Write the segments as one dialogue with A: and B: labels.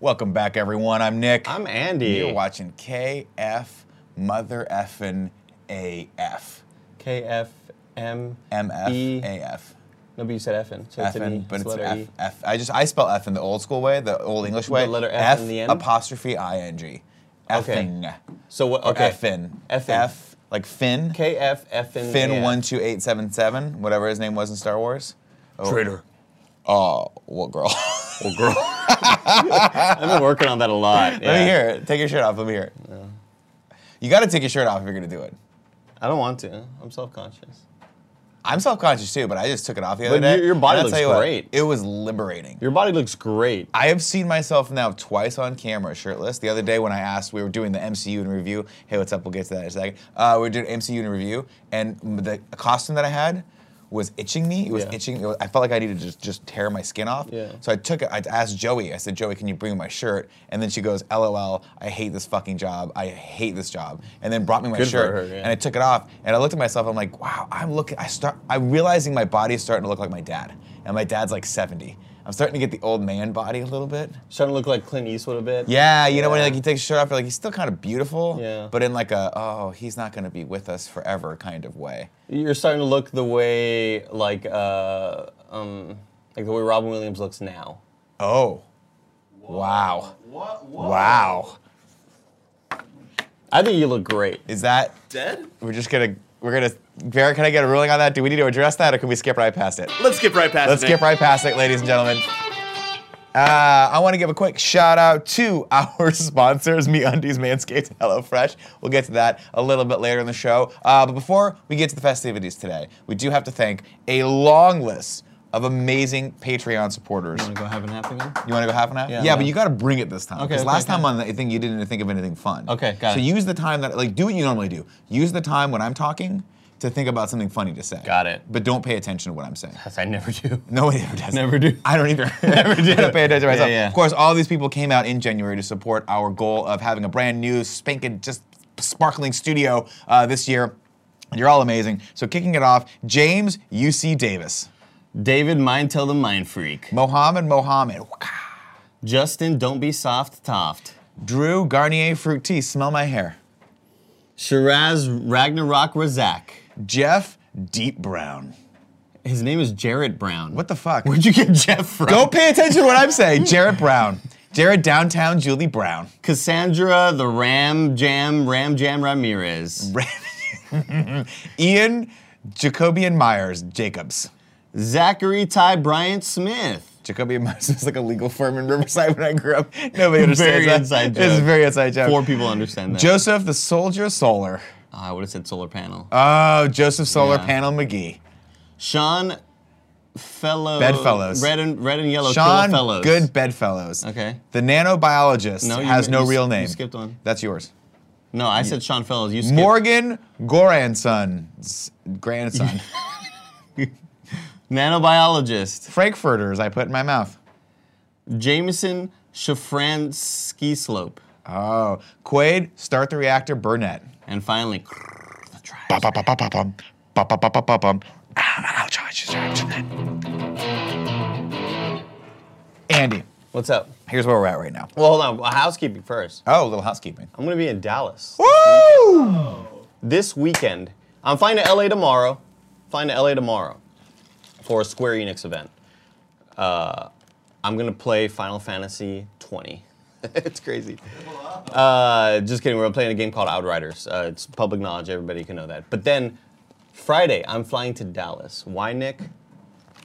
A: Welcome back, everyone. I'm Nick.
B: I'm Andy.
A: You're watching KF Mother Effin AF.
B: KFM.
A: MF
B: E.
A: AF.
B: No, but you said FN. So it's an E.
A: Effin, but
B: it's
A: it's
B: letter
A: F,
B: E.
A: F. I just I spell F in the old school way, the old English way.
B: letter F in the end?
A: apostrophe I N G.
B: Okay.
A: Effing.
B: So what?
A: Or
B: Okay.
A: Effin.
B: Effin.
A: F like Finn.
B: KFFN.
A: Finn one two eight seven seven, whatever his name was in Star Wars. Oh,
B: Traitor.
A: Oh, what girl?
B: Well, Oh, girl. I've been working on that a lot.
A: Let me
B: yeah.
A: hear it. Take your shirt off. Let me hear it. You got to take your shirt off if you're gonna do it.
B: I don't want to. I'm self-conscious.
A: I'm self-conscious too, but I just took it off the other
B: But
A: day.
B: your- your body
A: and I'll tell you
B: looks
A: what,
B: great.
A: it was liberating.
B: Your body looks great.
A: I have seen myself now twice on camera shirtless. The other day when I asked, we were doing the MCU in review. Hey, what's up? We'll get to that in a second. Uh, we did MCU in review, and the costume that I had was itching me. It was
B: Yeah.
A: itching. It was- I felt like I needed to just, just tear my skin off.
B: Yeah.
A: So I took it. I asked Joey. I said, Joey, can you bring my shirt? And then she goes, LOL. I hate this fucking job. I hate this job. And then brought me my
B: Good for
A: shirt,
B: her, yeah.
A: and I took it off, and I looked at myself. I'm like, wow. I'm looking. I start. I'm realizing my body is starting to look like my dad, and my dad's like 70. I'm starting to get the old man body a little bit.
B: Starting to look like Clint Eastwood a bit.
A: Yeah, you know when
B: Yeah.
A: like he takes his shirt off, you're like he's still kind of beautiful.
B: Yeah.
A: But in like a oh he's not gonna be with us forever kind of way.
B: You're starting to look the way like uh, um, like the way Robin Williams looks now.
A: Oh, wow,
C: What? What?
A: wow.
B: I think you look great.
A: Is that
C: Dead?
A: we're just gonna we're gonna Vera? Can I get a ruling on that? Do we need to address that, or can we skip right past it?
C: Let's skip right past
A: Let's
C: it.
A: skip right past it, ladies and gentlemen. Uh, I want to give a quick shout out to our sponsors, MeUndies, Manscaped, HelloFresh. We'll get to that a little bit later in the show. Uh, but before we get to the festivities today, we do have to thank a long list of amazing Patreon supporters.
B: Wanna go have an happy one?
A: You want to go half an hour?
B: Yeah,
A: yeah, but
B: yeah.
A: you got to bring it this time.
B: Okay,
A: Because
B: okay,
A: last
B: okay.
A: time on the thing, you didn't think of anything fun.
B: Okay, got
A: so
B: it.
A: use the time that, like, do what you normally do. Use the time when I'm talking to think about something funny to say.
B: Got it.
A: But don't pay attention to what I'm saying.
B: Yes, I never do.
A: No one ever does.
B: Never do.
A: I don't either. Never do. I don't pay attention to
B: Yeah,
A: myself.
B: yeah.
A: Of course, all these people came out in January to support our goal of having a brand new, spanking, just sparkling studio uh, this year. And You're all amazing. So kicking it off, James UC Davis,
B: David, mind tell the mind freak.
A: Mohammed Mohammed,
B: Justin, don't be soft toft.
A: Drew Garnier Fruit Tea, smell my hair,
B: Shiraz Ragnarok Razak.
A: Jeff Deep Brown.
B: His name is Jarrett Brown.
A: What the fuck?
B: Where'd you get Jeff from?
A: Don't pay attention to what I'm saying. Jared Brown, Jared Downtown Julie Brown.
B: Cassandra the Ram Jam Ram Jam Ramirez.
A: Ian Jacobian Myers Jacobs.
B: Zachary Ty Bryant Smith.
A: Jacoby Myers was like a legal firm in Riverside when I grew up. Nobody understands
B: Very
A: that.
B: inside
A: It's a
B: joke.
A: very inside joke.
B: Four people understand that.
A: Joseph the Soldier Solar.
B: Ah, I would have said solar panel.
A: Oh, Joseph Solar
B: Yeah.
A: Panel McGee.
B: Sean Fellow.
A: Bedfellows.
B: Red and red and yellow.
A: Sean
B: Kill fellows.
A: Good Bedfellows.
B: Okay.
A: The nanobiologist
B: No, you
A: has
B: mi-
A: no
B: you s-
A: real
B: you
A: name.
B: skipped one.
A: That's yours.
B: No, I said Sean Fellows. You skipped.
A: Morgan Goranson. Grandson.
B: Nanobiologist.
A: Frankfurters I put in my mouth.
B: Jameson Shafransky Slope.
A: Oh. Quaid, start the reactor, Burnett.
B: And finally, the tribe.
A: Ba-ba-ba-ba-bum. Ba-ba-ba-ba-bum. Ah, charge, charge, charge. Andy,
B: What's up?
A: here's where we're at right now.
B: Well, hold on. Well, Housekeeping first.
A: Oh, a little housekeeping.
B: I'm gonna be in Dallas
A: Woo!
B: this weekend. I'm flying to LA tomorrow. Flying to LA tomorrow for a Square Enix event. Uh, I'm gonna play Final Fantasy 20. it's crazy. Uh, just kidding. We're playing a game called Outriders. Uh, it's public knowledge. Everybody can know that. But then Friday, I'm flying to Dallas. Why, Nick?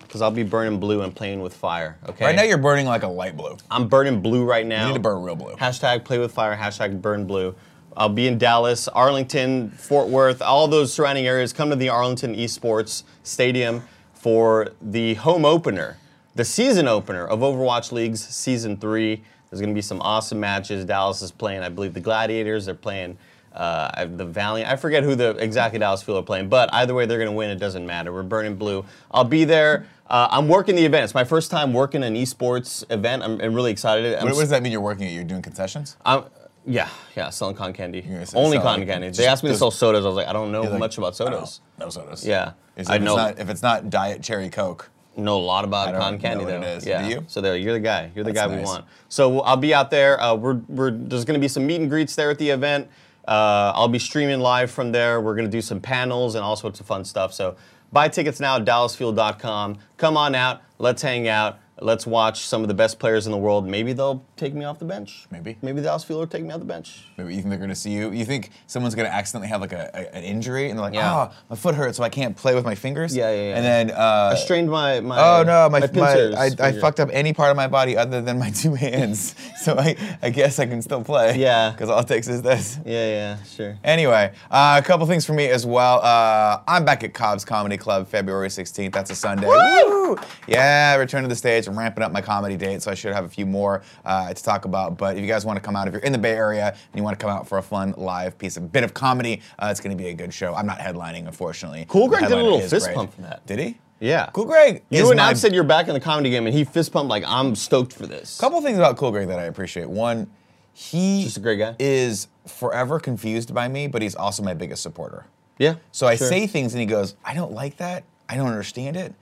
B: Because I'll be burning blue and playing with fire. Okay.
A: Right now you're burning like a light blue.
B: I'm burning blue right now.
A: need to burn real blue.
B: Hashtag play with fire, hashtag burn blue. I'll be in Dallas, Arlington, Fort Worth, all those surrounding areas. Come to the Arlington Esports Stadium for the home opener, the season opener of Overwatch League's Season 3. There's going to be some awesome matches. Dallas is playing, I believe, the Gladiators. They're playing uh, I- the Valiant. I forget who the exactly Dallas Field are playing, but either way, they're going to win. It doesn't matter. We're burning blue. I'll be there. Uh, I'm working the event. It's my first time working an esports event. I'm, I'm really excited. I'm
A: What, what does that mean you're working at? You're doing concessions?
B: I'm, yeah, yeah, selling cotton candy.
A: gonna say
B: Only
A: sell,
B: cotton
A: like,
B: candy. They
A: just-
B: asked me to
A: just-
B: sell sodas. I was like, I don't know
A: You're like,
B: much about
A: I don't
B: sodas.
A: know. No sodas.
B: Yeah,
A: Is-
B: I
A: if
B: know.
A: It's not, if it's not Diet Cherry Coke,
B: know a lot about
A: don't
B: cotton candy
A: know what
B: though.
A: it is.
B: Yeah.
A: Do you?
B: So there, you're the guy. You're the
A: That's
B: guy we
A: nice.
B: want. So I'll be out there. Uh, we're, we're there's going to be some meet and greets there at the event. Uh, I'll be streaming live from there. We're going to do some panels and all sorts of fun stuff. So buy tickets now at DallasField.com. Come on out. Let's hang out. Let's watch some of the best players in the world. Maybe they'll take me off the bench.
A: Maybe.
B: Maybe Dallas Field will take me off the bench.
A: Maybe you think they're going to see you. You think someone's going to accidentally have like a, a- an injury, and they're like,
B: Yeah.
A: "Oh, my foot hurts, so I can't play with my fingers."
B: Yeah, yeah, yeah.
A: And then, uh,
B: I strained my my.
A: oh no, my,
B: my,
A: my,
B: pincers.
A: I, I
B: Yeah.
A: fucked up any part of my body other than my two hands, so I, I guess I can still play.
B: Yeah.
A: because all it takes is this.
B: Yeah, yeah, sure.
A: Anyway, uh, a couple things for me as well. Uh, I'm back at Cobb's Comedy Club February 16th. That's a Sunday. Woo! Yeah, return to the stage. I'm ramping up my comedy date, so I should have a few more uh, to talk about. But if you guys want to come out, if you're in the Bay Area and you want to come out for a fun live piece of bit of comedy, uh, it's going to be a good show. I'm not headlining, unfortunately.
B: Cool Greg did a
A: Headliner
B: little
A: is
B: fist
A: great.
B: pump for that.
A: Did he?
B: Yeah.
A: Cool Greg.
B: You
A: is
B: and
A: my
B: Ab said you're back in the comedy game, and he fist pumped like I'm stoked for this.
A: couple things about Cool Greg that I appreciate. One, he
B: Just a great guy.
A: is forever confused by me, but he's also my biggest supporter.
B: Yeah.
A: So I
B: sure.
A: say things and he goes, I don't like that. I don't understand it.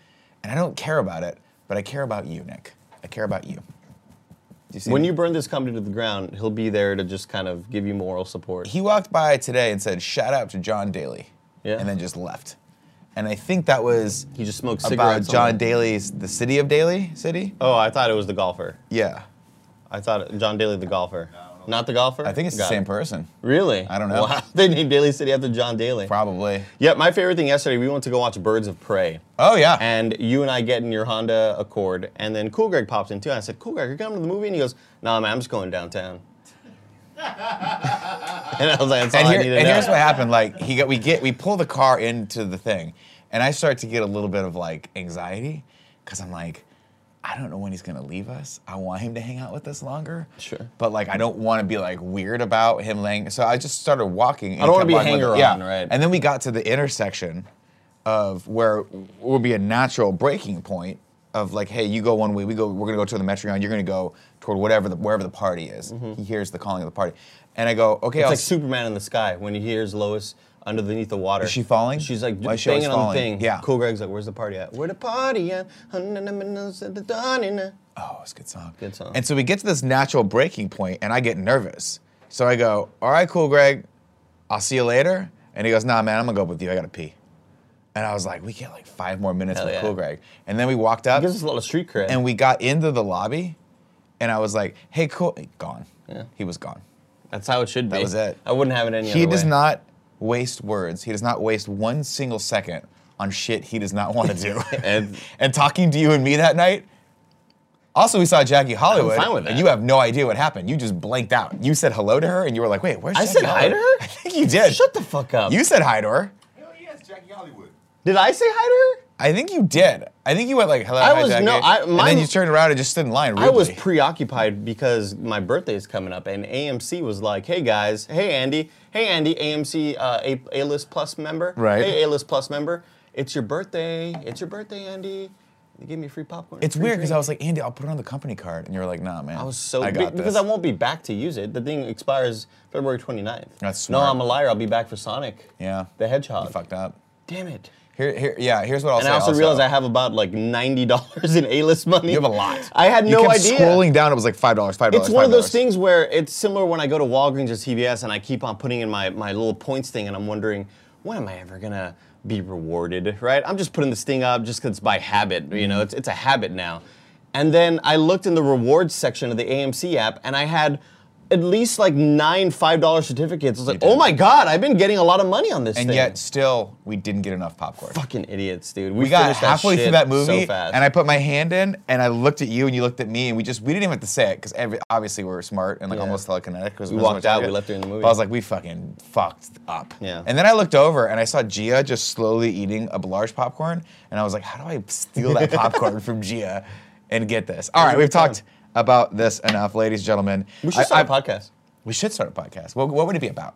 A: And I don't care about it, but I care about you, Nick. I care about you. Do you see
B: when
A: me?
B: you burn this comedy to the ground, he'll be there to just kind of give you moral support.
A: he walked by today and said, shout out to John Daly.
B: Yeah.
A: And then just left. And I think that was
B: He just smokes
A: about
B: cigarettes. on
A: John
B: the-
A: Daly's The City of Daly City.
B: Oh, I thought it was the golfer.
A: Yeah.
B: I thought it- John Daly the golfer. Not the golfer.
A: I think it's the
B: Got
A: same
B: it.
A: person.
B: Really?
A: I don't know.
B: Wow. They named Daly City after John Daly.
A: Probably.
B: Yeah, my favorite thing yesterday, we went to go watch Birds of Prey.
A: Oh yeah.
B: And you and I get in your Honda Accord, and then Cool Greg pops in too. And I said, Cool Greg, you're coming to the movie? And he goes, Nah, man, I'm just going downtown. and I was like, That's all
A: and,
B: I
A: here-
B: need to
A: and
B: know.
A: here's what happened. Like he got, we get, we pull the car into the thing, and I start to get a little bit of like anxiety, because I'm like, I don't know when he's gonna leave us. I want him to hang out with us longer.
B: Sure.
A: But like, I don't want to be like weird about him laying. So I just started walking. and
B: don't wanna
A: kept
B: be
A: walking with-
B: hanger-on,
A: yeah.
B: right.
A: And then we got to the intersection of where will be a natural breaking point of like, hey, you go one way, we go, we're gonna go to the Metreon, you're gonna go toward whatever the wherever the party is. He hears the calling of the party. And I go, okay,
B: Mm-hmm. It's
A: I'll
B: like Superman in the sky when he hears Lois underneath the water. Is
A: she falling?
B: She's like
A: Why is she always
B: banging on the
A: falling?
B: thing.
A: Yeah.
B: Cool Greg's like, where's the party at? Where the party at? That's
A: Oh, it's a good song.
B: Good song.
A: And so we get to this natural breaking point, and I get nervous. So I go, "All right, cool, Greg. I'll see you later." And he goes, "Nah, man, I'm gonna go up with you. I gotta pee." And I was like, "We get like five more minutes
B: Hell
A: with
B: yeah.
A: cool, Greg." And then we walked up,
B: Gives us a lot of street cred.
A: and we got into the lobby, and I was like, "Hey, cool." Gone.
B: Yeah.
A: He was gone.
B: That's how it should be.
A: was it.
B: I wouldn't have it any
A: He
B: other
A: does
B: way.
A: not waste words. He does not waste one single second on shit he does not want to do.
B: And-
A: and talking to you and me that night. Also, we saw Jackie Hollywood.
B: fine with
A: And
B: that.
A: you have no idea what happened. You just blanked out. You said hello to her, and you were like, "Wait, where's?"
B: I
A: Jackie
B: said hi to
A: Hollywood?"
B: her?
A: I think you did.
B: Shut the fuck up.
A: You said hi to her.
C: Hell yes, Jackie Hollywood.
B: Did I say hi to her?
A: I think you did. I think you went like, "Hello,
B: I
A: hi,
B: was-
A: Jackie,"
B: no, I-
A: and then
B: mine-
A: you turned around and just stood in line. Rudely.
B: I was preoccupied because my birthday is coming up, and AMC was like, "Hey guys, hey Andy, hey Andy, AMC uh, A A list plus member,
A: Right.
B: Hey A list plus member, it's your birthday, it's your birthday, Andy. They gave me free popcorn. and
A: it's
B: free
A: weird because
B: drink.
A: I was like, "Andy, I'll put it on the company card," and you were like, "Nah, man."
B: I was so
A: I got
B: big- because
A: this.
B: I won't be back to use it. The thing expires February 29th.
A: That's
B: No,
A: smart.
B: I'm a liar. I'll be back for Sonic.
A: Yeah.
B: The Hedgehog.
A: You fucked up.
B: Damn it.
A: Here, here, yeah. Here's what I'll
B: And
A: say.
B: I also, realized I have about like ninety dollars in A-list money.
A: You have a lot.
B: I had
A: You
B: no
A: kept
B: idea.
A: Scrolling down, it was like five dollars, five dollars.
B: It's one of those things where it's similar when I go to Walgreens or CVS and I keep on putting in my, my little points thing and I'm wondering, when am I ever gonna be rewarded, right? I'm just putting this thing up just 'cause it's by habit, you
A: Mm-hmm.
B: know, it's, it's a habit now. And then I looked in the rewards section of the AMC app and I had at least like nine $5 certificates. I was like,
A: did.
B: oh my God, I've been getting a lot of money on this
A: And
B: thing.
A: yet, still, we didn't get enough popcorn.
B: fucking idiots, dude.
A: We got
B: finished
A: halfway
B: shit
A: through that movie,
B: so fast.
A: and I put my hand in, and I looked at you, and you looked at me, and we just we didn't even have to say it because obviously we were smart and like
B: Yeah.
A: almost telekinetic. Cause we
B: walked out, we left her in the movie.
A: I was like, we fucking fucked up.
B: Yeah.
A: And then I looked over, and I saw Gia just slowly eating a large popcorn, and I was like, how do I steal that popcorn from Gia and get this? All right,
B: a
A: we've
B: good time.
A: talked about this enough, ladies and gentlemen.
B: we should
A: I-
B: start
A: I-
B: a podcast.
A: We should start a podcast. What, what would it be about?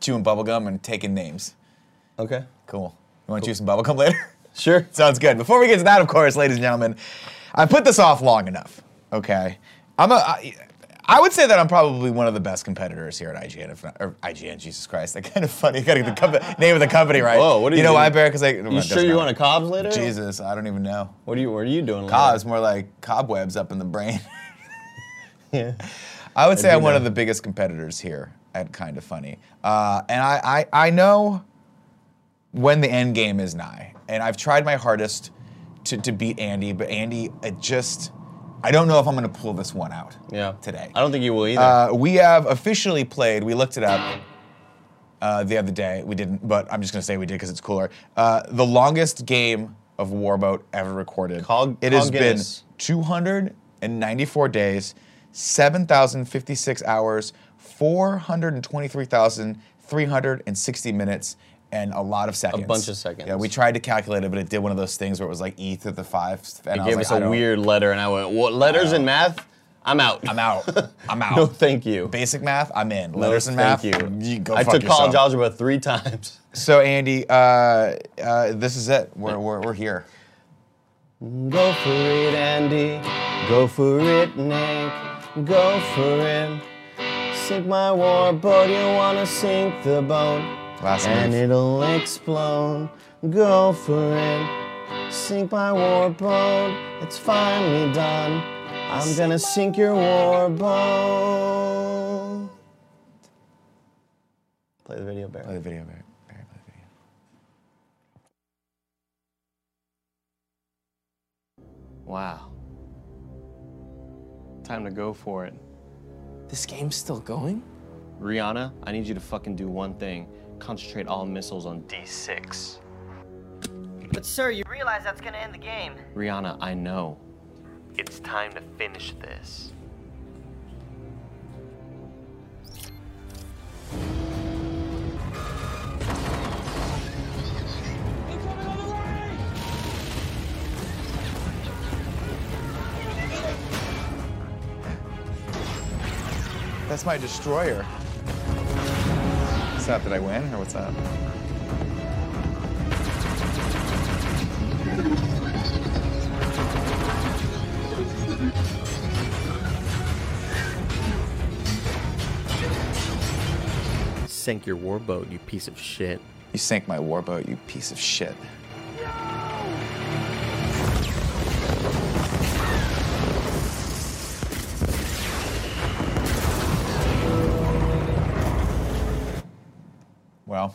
A: Chewing bubblegum and taking names.
B: Okay.
A: Cool. You want to chew some bubblegum later?
B: Sure.
A: Sounds good. Before we get to that, of course, ladies and gentlemen, I put this off long enough. Okay, I'm a. I, I would say that I'm probably one of the best competitors here at IGN. If not, or IGN, Jesus Christ, that kind of funny. You got to get the compa- name of the company right.
B: Whoa, what are
A: you
B: you
A: know why,
B: doing?
A: Bear? Because I.
B: You sure you want a cobs later?
A: Jesus, I don't even know.
B: What are you? What are you doing?
A: Ah, it's more like cobwebs up in the brain.
B: later? Yeah.
A: I would say
B: do
A: I'm one
B: know.
A: of the biggest competitors here at Kind of Funny, uh, and I, I I know when the end game is nigh, and I've tried my hardest to to beat Andy, but Andy, it just I don't know if I'm going to pull this one out.
B: Yeah.
A: Today.
B: I don't think you will either.
A: Uh, we have officially played. We looked it up uh, the other day. We didn't, but I'm just gonna say we did because it's cooler. Uh, the longest game of Warboat ever recorded.
B: Call-
A: it
B: call
A: has
B: Guinness.
A: been 294 days, 7,056 hours, 423,360 minutes. And a lot of seconds.
B: bunch of seconds.
A: Yeah, we tried to calculate it, but it did one of those things where it was like e to the five. And I
B: gave
A: was
B: us
A: like,
B: a
A: I don't-
B: weird letter, and I went, "What letters in math? I'm out.
A: I'm out. I'm out.
B: no, thank you.
A: Basic math, I'm in.
B: No,
A: Letters and math,
B: thank you.
A: go
B: I
A: fuck
B: took
A: yourself.
B: college algebra three times.
A: So Andy, uh, uh, this is it. We're, we're, we're here.
B: Go for it, Andy. Go for it, Nick. Go for it. Sink my war boat, you wanna sink the boat.
A: Last
B: and
A: move.
B: it'll explode. Go for it. Sink my war boat, it's finally done. I'm gonna sink your war boat. Play the video, Barry.
A: Play the video, Barry. Barry, play the video.
C: Wow. Time to go for it.
D: This game's still going?
C: Rihanna, I need you to fucking do one thing concentrate all missiles on D6.
E: But sir, you realize that's gonna end the game.
C: Rihanna, I know. It's time to finish this.
A: That's my destroyer. What's up? Did I win or what's up?
D: Sink your warboat, you piece of shit.
A: You sank my warboat, you piece of shit. Well,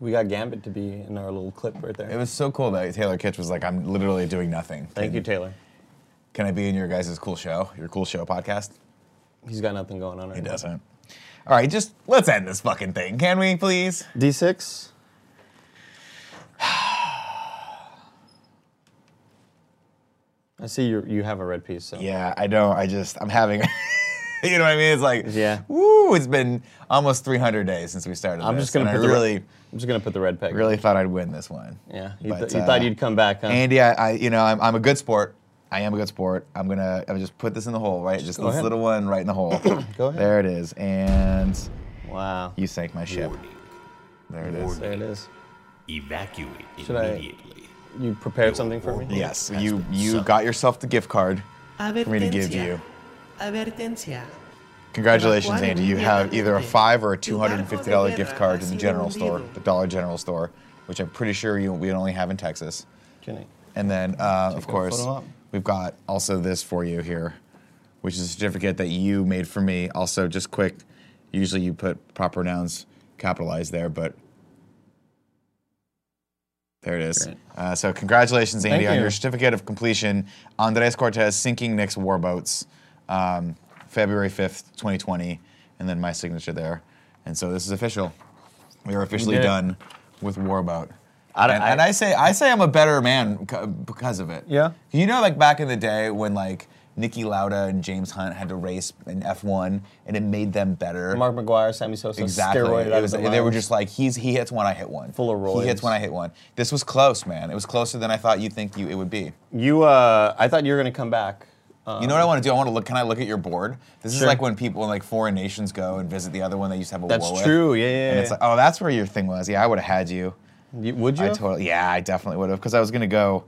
B: We got Gambit to be in our little clip right
A: it
B: there.
A: was so cool that Taylor Kitsch was like, "I'm literally doing nothing."
B: Thank you, Taylor.
A: Can I be in your guys' cool show? Your cool show podcast?
B: He's got nothing going on right
A: He doesn't. All right, just let's end this fucking thing, can we, please?
B: D6? I see you you have a red piece, so.
A: Yeah, I don't. I just I'm having. you know what I mean? It's like
B: Yeah.
A: Woo! It's been almost 300 days since we started.
B: I'm
A: this,
B: just gonna
A: and
B: put
A: I
B: the
A: really,
B: I'm just gonna put the red peg.
A: really thought I'd win this one.
B: Yeah. You,
A: But,
B: th- you
A: uh,
B: thought you'd come back, huh?
A: Andy, I, I you know I'm, I'm a good sport. I am a good sport. I'm gonna I'm just put this in the hole, right? Just this
B: ahead.
A: little one right in the hole.
B: Go ahead.
A: There it is, and
B: wow.
A: you sank my ship. There it is.
B: There it is.
F: Evacuate
B: Should I-
F: immediately.
B: You prepared something for me?
A: Yes, you you got yourself the gift card for me to give you.
G: Advertencia.
A: Congratulations,
G: Evacuar
A: Andy. You have either a
G: inmediatamente.
A: five or a
G: Tu barco
A: $250
G: de
A: gift
G: guerra
A: card
G: ha
A: to the
G: sido
A: general store,
G: hundido.
A: the Dollar General store, which I'm pretty sure you, we only have in Texas.
B: Can I-
A: And then, uh, of
B: Take a
A: course,
B: photo op.
A: we've got also this for you here, which is a certificate that you made for me. Also, just quick, usually you put proper nouns capitalized there, but there it is. Uh, so, congratulations, Andy, on
B: you.
A: your certificate of completion. Andres Cortez sinking Nick's warboats, um, February 5th, 2020, and then my signature there. And so, this is official. We are officially
B: did it.
A: done with warboat.
B: I don't-
A: and,
B: I-
A: and I say I say I'm a better man c- because of it.
B: Yeah.
A: You know, like back in the day when like Nicky Lauda and James Hunt had to race in F1, and it made them better.
B: Mark McGuire, Sammy Sosa,
A: exactly.
B: steroided
A: It
B: out of
A: was-
B: the
A: they were
B: lines.
A: just like he's he hits one, I hit one.
B: Full of
A: He hits
B: roids.
A: one, I hit one. This was close, man. It was closer than I thought you think you it would be.
B: You uh I thought you were gonna come back. Uh,
A: you know what I want to do? I want to look. Can I look at your board? This is
B: Sure.
A: like when people in like foreign nations go and visit the other one they used to have a
B: That's
A: war with.
B: true, yeah, yeah,
A: And it's
B: yeah.
A: like, oh, that's where your thing was. Yeah, I would have had you.
B: you, would you?
A: I totally, yeah,
B: Oh.
A: I definitely would have because I was gonna go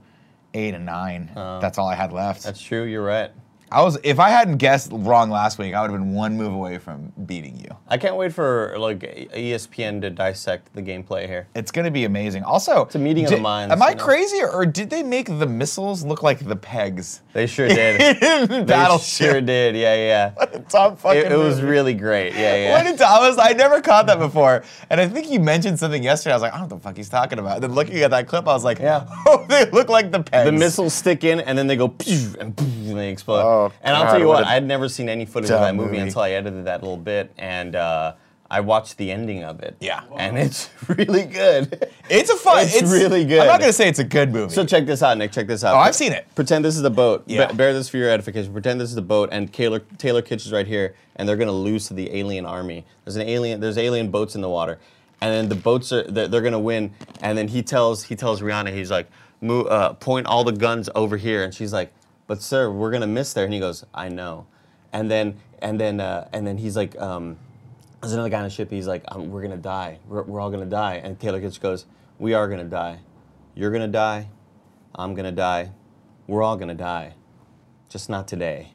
A: eight and nine. That's all I had left.
B: That's true, you're right.
A: I was if I hadn't guessed wrong last week, I would have been one move away from beating you.
B: I can't wait for like E ESPN to dissect the gameplay here.
A: It's gonna be amazing. Also, it's
B: a meeting of the minds,
A: Am I
B: you know?
A: crazy or, or did they make the missiles look like the pegs?
B: They sure did.
A: In
B: they
A: Battleship.
B: sure did. Yeah, yeah.
A: Tom fucking.
B: It, it was
A: movie.
B: really great. Yeah,
A: What
B: yeah.
A: did Thomas? I never caught that before, and I think you mentioned something yesterday. I was like, I don't know what the fuck he's talking about. then looking at that clip, I was like,
B: Yeah.
A: oh, they look like the pegs.
B: The missiles stick in, and then they go pew, and, pew, and they explode.
A: Oh,
B: and I'll
A: God,
B: tell you
A: what
B: what,
A: a
B: I had never seen any footage of
A: dumb
B: that movie,
A: movie.
B: until I edited that little bit, and uh, I watched the ending of it.
A: Yeah.
B: and it's really good.
A: It's a fun.
B: It's really good.
A: I'm not gonna say it's a good movie.
B: So check this out, Nick. Check this out.
A: Oh, I've seen it.
B: Pretend this is the boat. Be-
A: Yeah.
B: bear this for your edification. Pretend this is the boat, and Taylor Taylor Kitsch is right here, and they're gonna lose to the alien army. There's an alien. There's alien boats in the water, and then the boats are they're, they're gonna win. And then he tells he tells Rihanna he's like, Mo- uh, point all the guns over here, and she's like, but sir, we're gonna miss there. And he goes, I know. And then and then uh, and then he's like. Um, there's another guy on the ship. He's like, um, "We're gonna die. We're, we're all gonna die." And Taylor Kitsch goes, "We are gonna die. You're gonna die. I'm gonna die. We're all gonna die. Just not today."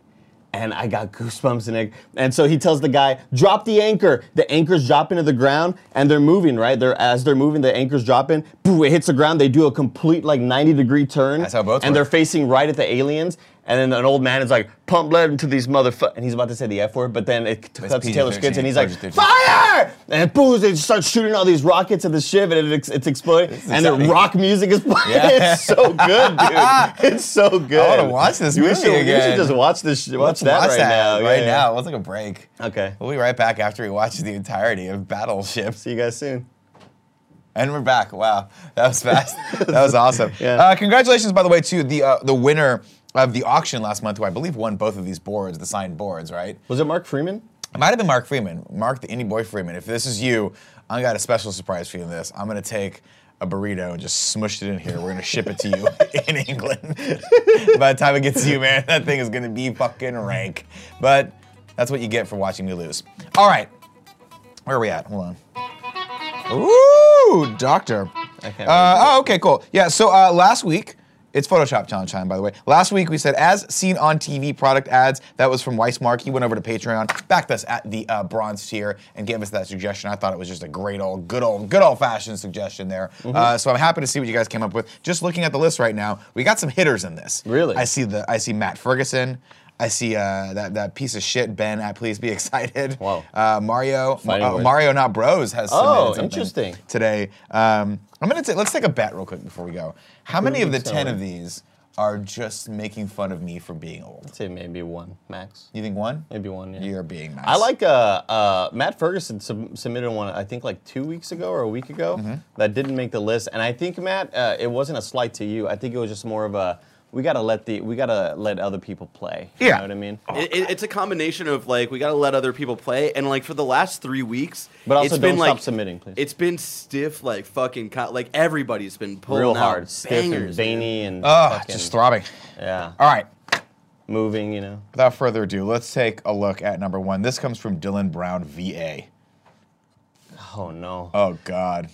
B: And I got goosebumps and it. And so he tells the guy, "Drop the anchor." The anchor's dropping to the ground, and they're moving. Right, they're as they're moving, the anchor's dropping. Boo! It hits the ground. They do a complete like 90 degree turn.
A: That's how boats
B: And
A: work.
B: they're facing right at the aliens. And then an old man is like, "Pump lead into these motherfuckers," and he's about to say the f word, but then it
A: It's
B: cuts to Taylor
A: PG-13,
B: Skits, and he's like,
A: PG-13.
B: "Fire!" And boom, they just start shooting all these rockets at the ship, and it ex- it's exploding, and the
A: exciting.
B: rock music is playing.
A: Yeah.
B: It's so good, dude. It's so good.
A: I wanna watch this
B: We
A: movie
B: should, We
A: again.
B: should just watch this. Sh- watch that right now. Yeah,
A: Right
B: yeah.
A: now, let's take a break.
B: Okay.
A: We'll be right back after we watch the entirety of Battleship.
B: See you guys soon.
A: And we're back. Wow, that was fast. that was awesome.
B: Yeah.
A: Uh, congratulations, by the way, to the uh, the winner of the auction last month, who I believe won both of these boards, the signed boards, right?
B: Was it Mark Freeman?
A: It might have been Mark Freeman, Mark the Indie Boy Freeman. If this is you, I got a special surprise for you in this. I'm gonna take a burrito and just smush it in here. We're gonna ship it to you in England. By the time it gets to you, man, that thing is gonna be fucking rank. But that's what you get for watching me lose. All right, where are we at? Hold on. Ooh, doctor.
B: can't
A: Uh, oh, okay, cool. Yeah, so uh, last week, it's Photoshop challenge time, by the way. Last week we said, as seen on TV product ads, that was from Weissmark. He went over to Patreon, backed us at the uh, bronze tier, and gave us that suggestion. I thought it was just a great old, good old, good old fashioned suggestion there.
B: Mm-hmm.
A: Uh, so I'm happy to see what you guys came up with. Just looking at the list right now, we got some hitters in this.
B: Really?
A: I see the, I see Matt Ferguson. I see uh, that, that piece of shit, Ben, at Please Be Excited.
B: Wow.
A: Uh, Mario,
B: Fighting
A: uh,
B: words.
A: Mario Not Bros has submitted
B: Oh,
A: something
B: interesting.
A: today. Um, I'm gonna take. Let's take a bet real quick before we go. How many of the
B: we
A: ten
B: tell?
A: of these are just making fun of me for being old?
B: I'd say maybe one max.
A: You think one?
B: Maybe one. Yeah.
A: You're being nice.
B: I like uh, uh, Matt Ferguson sub- submitted one I think like two weeks ago or a week ago that didn't make the list, and I think Matt, uh, it wasn't a slight to you. I think it was just more of a we gotta let the we gotta let other people play. You
A: Yeah.
B: know what I mean.
F: It, it, it's a combination of like we gotta let other people play, and like for the last three weeks,
B: But also
F: it's
B: don't
F: been
B: stop
F: like
B: submitting, please.
F: it's been stiff, like fucking, co- like everybody's been pulling
B: Real
F: out
B: hard, stiff and
F: Oh, bangers, man.
B: veiny and
A: Ugh,
B: fucking,
A: Ah, just throbbing.
B: yeah,
A: All right.
B: moving. You know,
A: Without further ado, let's take a look at number one. This comes from Dylan Brown, VA.
B: oh no.
A: Oh God.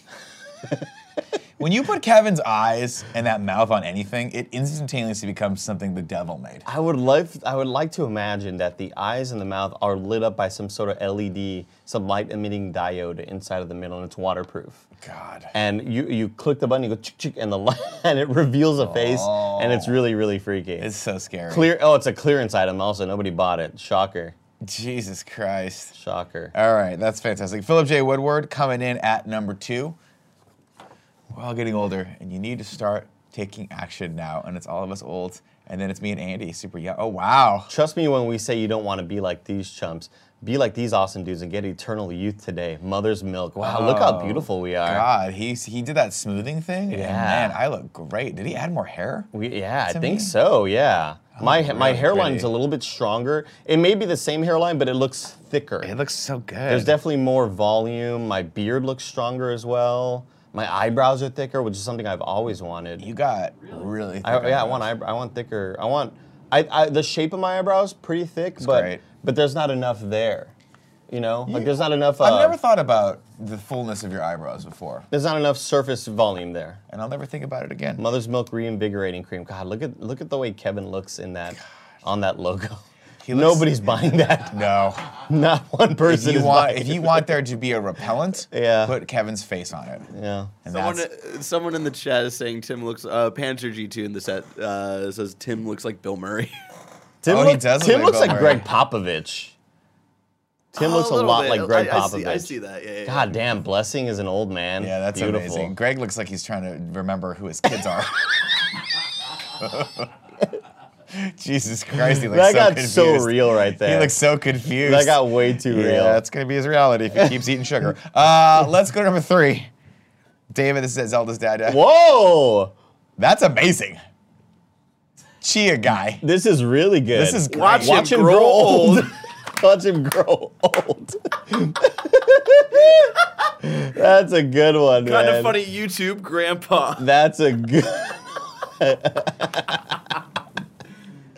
A: when you put Kevin's eyes and that mouth on anything, it instantaneously becomes something the devil made.
B: I would like I would like to imagine that the eyes and the mouth are lit up by some sort of LED, some light emitting diode inside of the middle, and it's waterproof.
A: God.
B: and you you click the button, you go chick chick, and the light, and it reveals a face, and it's really really freaky.
A: Oh. It's so scary.
B: clear. Oh, it's a clearance item. Also, nobody bought it. Shocker,
A: Jesus Christ.
B: shocker.
A: All right, that's fantastic. Philip J. Woodward coming in at number two. We're all getting older, and you need to start taking action now. And it's all of us old, and then it's me and Andy, super young. Oh wow,
B: Trust me when we say you don't want to be like these chumps. Be like these awesome dudes and get eternal youth today. Mother's milk. Wow, look how
A: Oh,
B: beautiful we are.
A: God, he's he did that smoothing thing, and
B: Yeah.
A: man, I look great. Did he add more hair?
B: We, yeah, I
A: to
B: think
A: me. Oh,
B: so. Yeah, my ha- my
A: really
B: hairline's
A: pretty.
B: a little bit stronger. It may be the same hairline, but it looks thicker.
A: It looks so good.
B: There's definitely more volume. My beard looks stronger as well. My eyebrows are thicker, which is something I've always wanted.
A: you got really. thick
B: I, yeah, I
A: eyebrows.
B: want eyebrow, I want thicker. I want I, I the shape of my eyebrows pretty thick, but
A: great.
B: but there's not enough there. You know, like there's not enough. Uh,
A: I've never thought about the fullness of your eyebrows before,
B: there's not enough surface volume there.
A: and I'll never think about it again.
B: Mother's milk reinvigorating cream. God, look at look at the way Kevin looks in that on that logo.
A: He looks-
B: Nobody's buying that.
A: No.
B: Not one
A: If
B: person
A: you
B: is
A: want,
B: buying
A: if you want there to be a repellent,
B: Yeah.
A: put Kevin's face on it.
B: it. Yeah.
A: And
F: Someone,
A: that's-
F: uh, someone in the chat is saying Tim looks. Uh, Panzer G2 in the set uh, says Tim looks like Bill Murray.
B: Tim,
A: Oh, he
B: look,
A: does look
B: Tim
A: like
B: looks
A: Bill
B: like
A: Murray.
B: Greg Popovich. Tim looks a,
F: little
B: lot
F: bit.
B: like Greg
F: I, I
B: Popovich.
F: see, I see that. Yeah, yeah, yeah.
B: God damn, blessing is an old man.
A: yeah, that's
B: beautiful.
A: amazing. Greg looks like he's trying to remember who his kids are. Jesus Christ, he looks
B: That
A: so
B: got
A: confused.
B: so real right there.
A: He looks so confused.
B: That got way too
A: yeah,
B: real.
A: that's gonna be his reality if he keeps eating sugar. Uh, let's go to number three. David, this is Zelda's dad.
B: Whoa!
A: That's amazing. Chia guy.
B: This is really good.
A: This is great.
F: Watch him
B: Watch him
F: grow
B: grow
F: old.
B: old. Watch him grow old. That's a good one,
F: Kind
B: man.
F: of funny YouTube grandpa.
B: That's a good.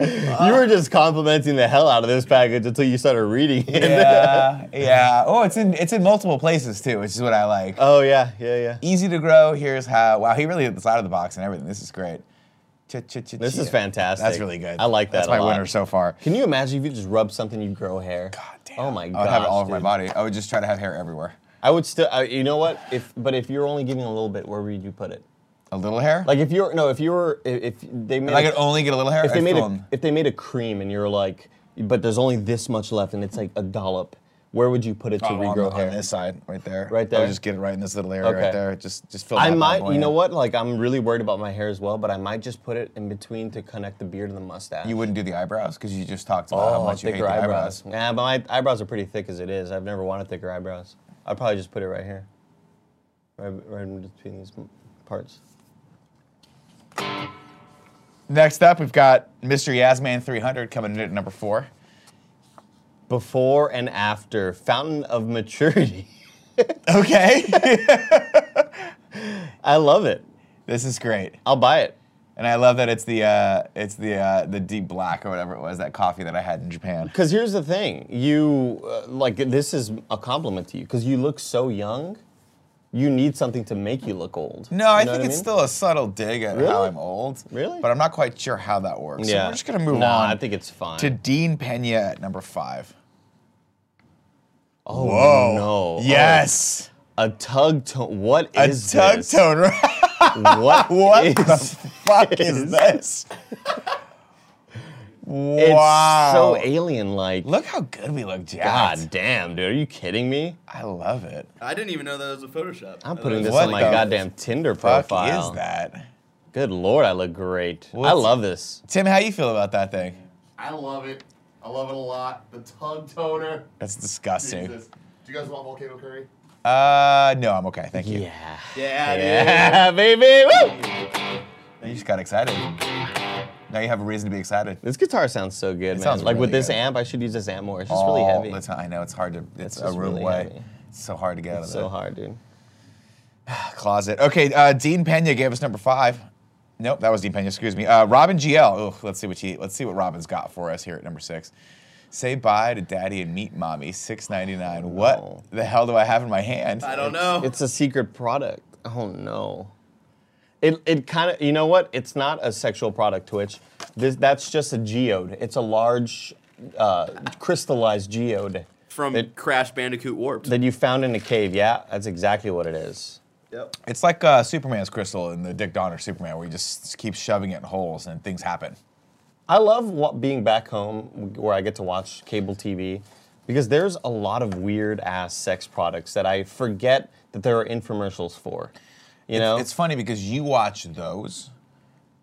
B: you were just complimenting the hell out of this package until you started reading it.
A: Yeah, yeah. Oh, it's in it's in multiple places too, which is what I like.
B: Oh yeah, yeah, yeah.
A: Easy to grow. Here's how. Wow, he really hit this out of the box and everything. This is great.
B: This
A: This
B: is fantastic.
A: That's really good.
B: I like that
A: That's
B: a
A: my
B: lot.
A: winner so far.
B: Can you imagine if you just rub something, you grow hair? God
A: damn.
B: Oh my god.
A: I would have it all over my body. I would just try to have hair everywhere.
B: I would still. I- You know what? If but if you're only giving a little bit, where would you put it?
A: A little hair?
B: Like if you're no, if you were if, if they made
A: if I
B: a-
A: could only get a little hair.
B: if they
A: I'd
B: made
A: fill
B: a,
A: in.
B: if they made a cream and you're like, but there's only this much left and it's like a dollop, where would you put it to
A: Oh, on, the-
B: regrow
A: on
B: hair?
A: this side, right there.
B: Right
A: I
B: there?
A: would just get it right in this little area
B: Okay.
A: right there. Just just fill.
B: I
A: that bad
B: might,
A: boy
B: you
A: in.
B: know what? Like I'm really worried about my hair as well, but I might just put it in between to connect the beard and the mustache.
A: You wouldn't do the eyebrows because you just talked about
B: Oh,
A: how much you hate
B: thicker
A: the
B: eyebrows.
A: eyebrows.
B: Nah, but my eyebrows are pretty thick as it is. I've never wanted thicker eyebrows. I'd probably just put it right here, right, right in between these m- parts.
A: Next up, we've got Mr. Yasman 300 coming in at number four.
B: Before and after fountain of maturity.
A: Okay,
B: I love it.
A: this is great,
B: I'll buy it.
A: and I love that it's the uh, it's the uh, the deep black or whatever it was that coffee that I had in Japan.
B: Because here's the thing, you uh, like this is a compliment to you because you look so young. You need something to make you look old.
A: No, I
B: You know
A: think
B: what
A: it's
B: mean?
A: still a subtle dig at how
B: Really?
A: I'm old.
B: Really?
A: But I'm not quite sure how that works. So
B: Yeah,
A: we're just gonna move
B: Nah,
A: on.
B: I think it's fine.
A: to Dean Pena at number five.
B: oh no!
A: Yes.
B: Oh, a tug tone. What
A: a
B: is
A: tug
B: this?
A: toner.
B: What,
A: what
B: is
A: the fuck is this?
B: It's
A: wow.
B: so alien-like.
A: Look how good we look, Jack.
B: God damn, dude! Are you kidding me?
A: I love it.
F: I didn't even know that was a Photoshop.
B: I'm putting this
A: What
B: on my
A: the
B: goddamn Tinder
A: Fuck
B: profile.
A: is that?
B: Good lord, I look great. I
A: What's-
B: love this.
A: Tim, how you feel about that thing?
G: I love it. I love it a lot. The tug toner.
A: That's disgusting.
G: Jesus. Do you guys want volcano curry?
A: Uh, no, I'm okay. Thank you.
B: Yeah.
F: Yeah,
B: Yeah, baby. Woo!
A: You just got excited. Now you have a reason to be excited.
B: This guitar sounds so good, man.
A: sounds
B: Like with
A: really
B: this
A: good. Oh,
B: amp, I should use this amp more. It's just
A: All
B: really
A: the
B: heavy.
A: time. I know it's hard to. It's, a
B: It's just
A: room
B: really
A: away.
B: heavy.
A: It's so hard to get out of
B: So
A: the
B: hard, dude.
A: closet. Okay, uh, Dean Pena gave us number five. Nope, that was Dean Pena. Excuse me. Uh, Robin GL. Ooh, let's see what she. Let's see what Robin's got for us here at number six. Say bye to daddy and meet mommy. Six ninety
B: Oh,
A: nine. What the hell do I have in my hand?
F: I don't know.
B: It's a secret product. Oh no. It it kind of you know what? It's not a sexual product, Twitch. This that's just a geode. It's a large uh, crystallized geode
F: From
B: It-
F: Crash Bandicoot Warped.
B: that you found in a cave. Yeah, that's exactly what it is.
F: yep.
A: It's like uh, Superman's crystal in the Dick Donner Superman, where you just keep shoving it in holes and things happen.
B: I love wa- being back home where I get to watch cable TV because there's a lot of weird ass sex products that I forget that there are infomercials for. You know,
A: It's funny because you watch those,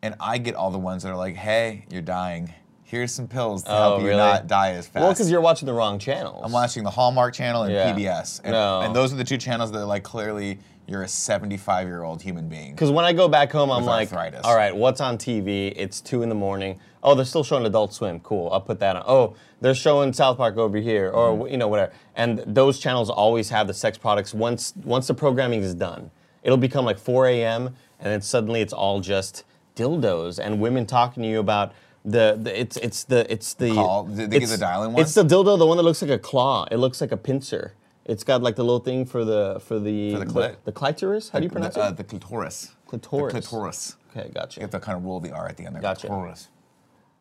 A: and I get all the ones that are like, "Hey, you're dying. Here's some pills to help
B: Oh,
A: you
B: really?
A: not die as fast."
B: well because you're watching the wrong channels.
A: I'm watching the Hallmark Channel and
B: Yeah.
A: PBS, and,
B: No.
A: and those are the two channels that are like clearly you're a 75 year old human being.
B: Because when I go back home, I'm
A: With
B: like,
A: arthritis.
B: all right, what's on TV? It's two in the morning. Oh, they're still showing Adult Swim. Cool, I'll put that on. Oh, they're showing South Park over here, or
A: Mm-hmm.
B: you know whatever. And those channels always have the sex products. Once once the programming is done, it'll become like 4 a.m. and then suddenly it's all just dildos and women talking to you about. The, the it's it's the it's the
A: Call- they- they give
B: it's-
A: the dial-in one?
B: It's the dildo, the one that looks like a claw. It looks like a pincer. It's got like the little thing for the for the
A: For the clit.
B: the, clitoris. How do you pronounce
A: the,
B: it?
A: uh, the clitoris.
B: Clitoris.
A: The clitoris.
B: Okay, gotcha.
A: You have to kind of roll the R at the end there.
B: Gotcha.
A: Clitoris.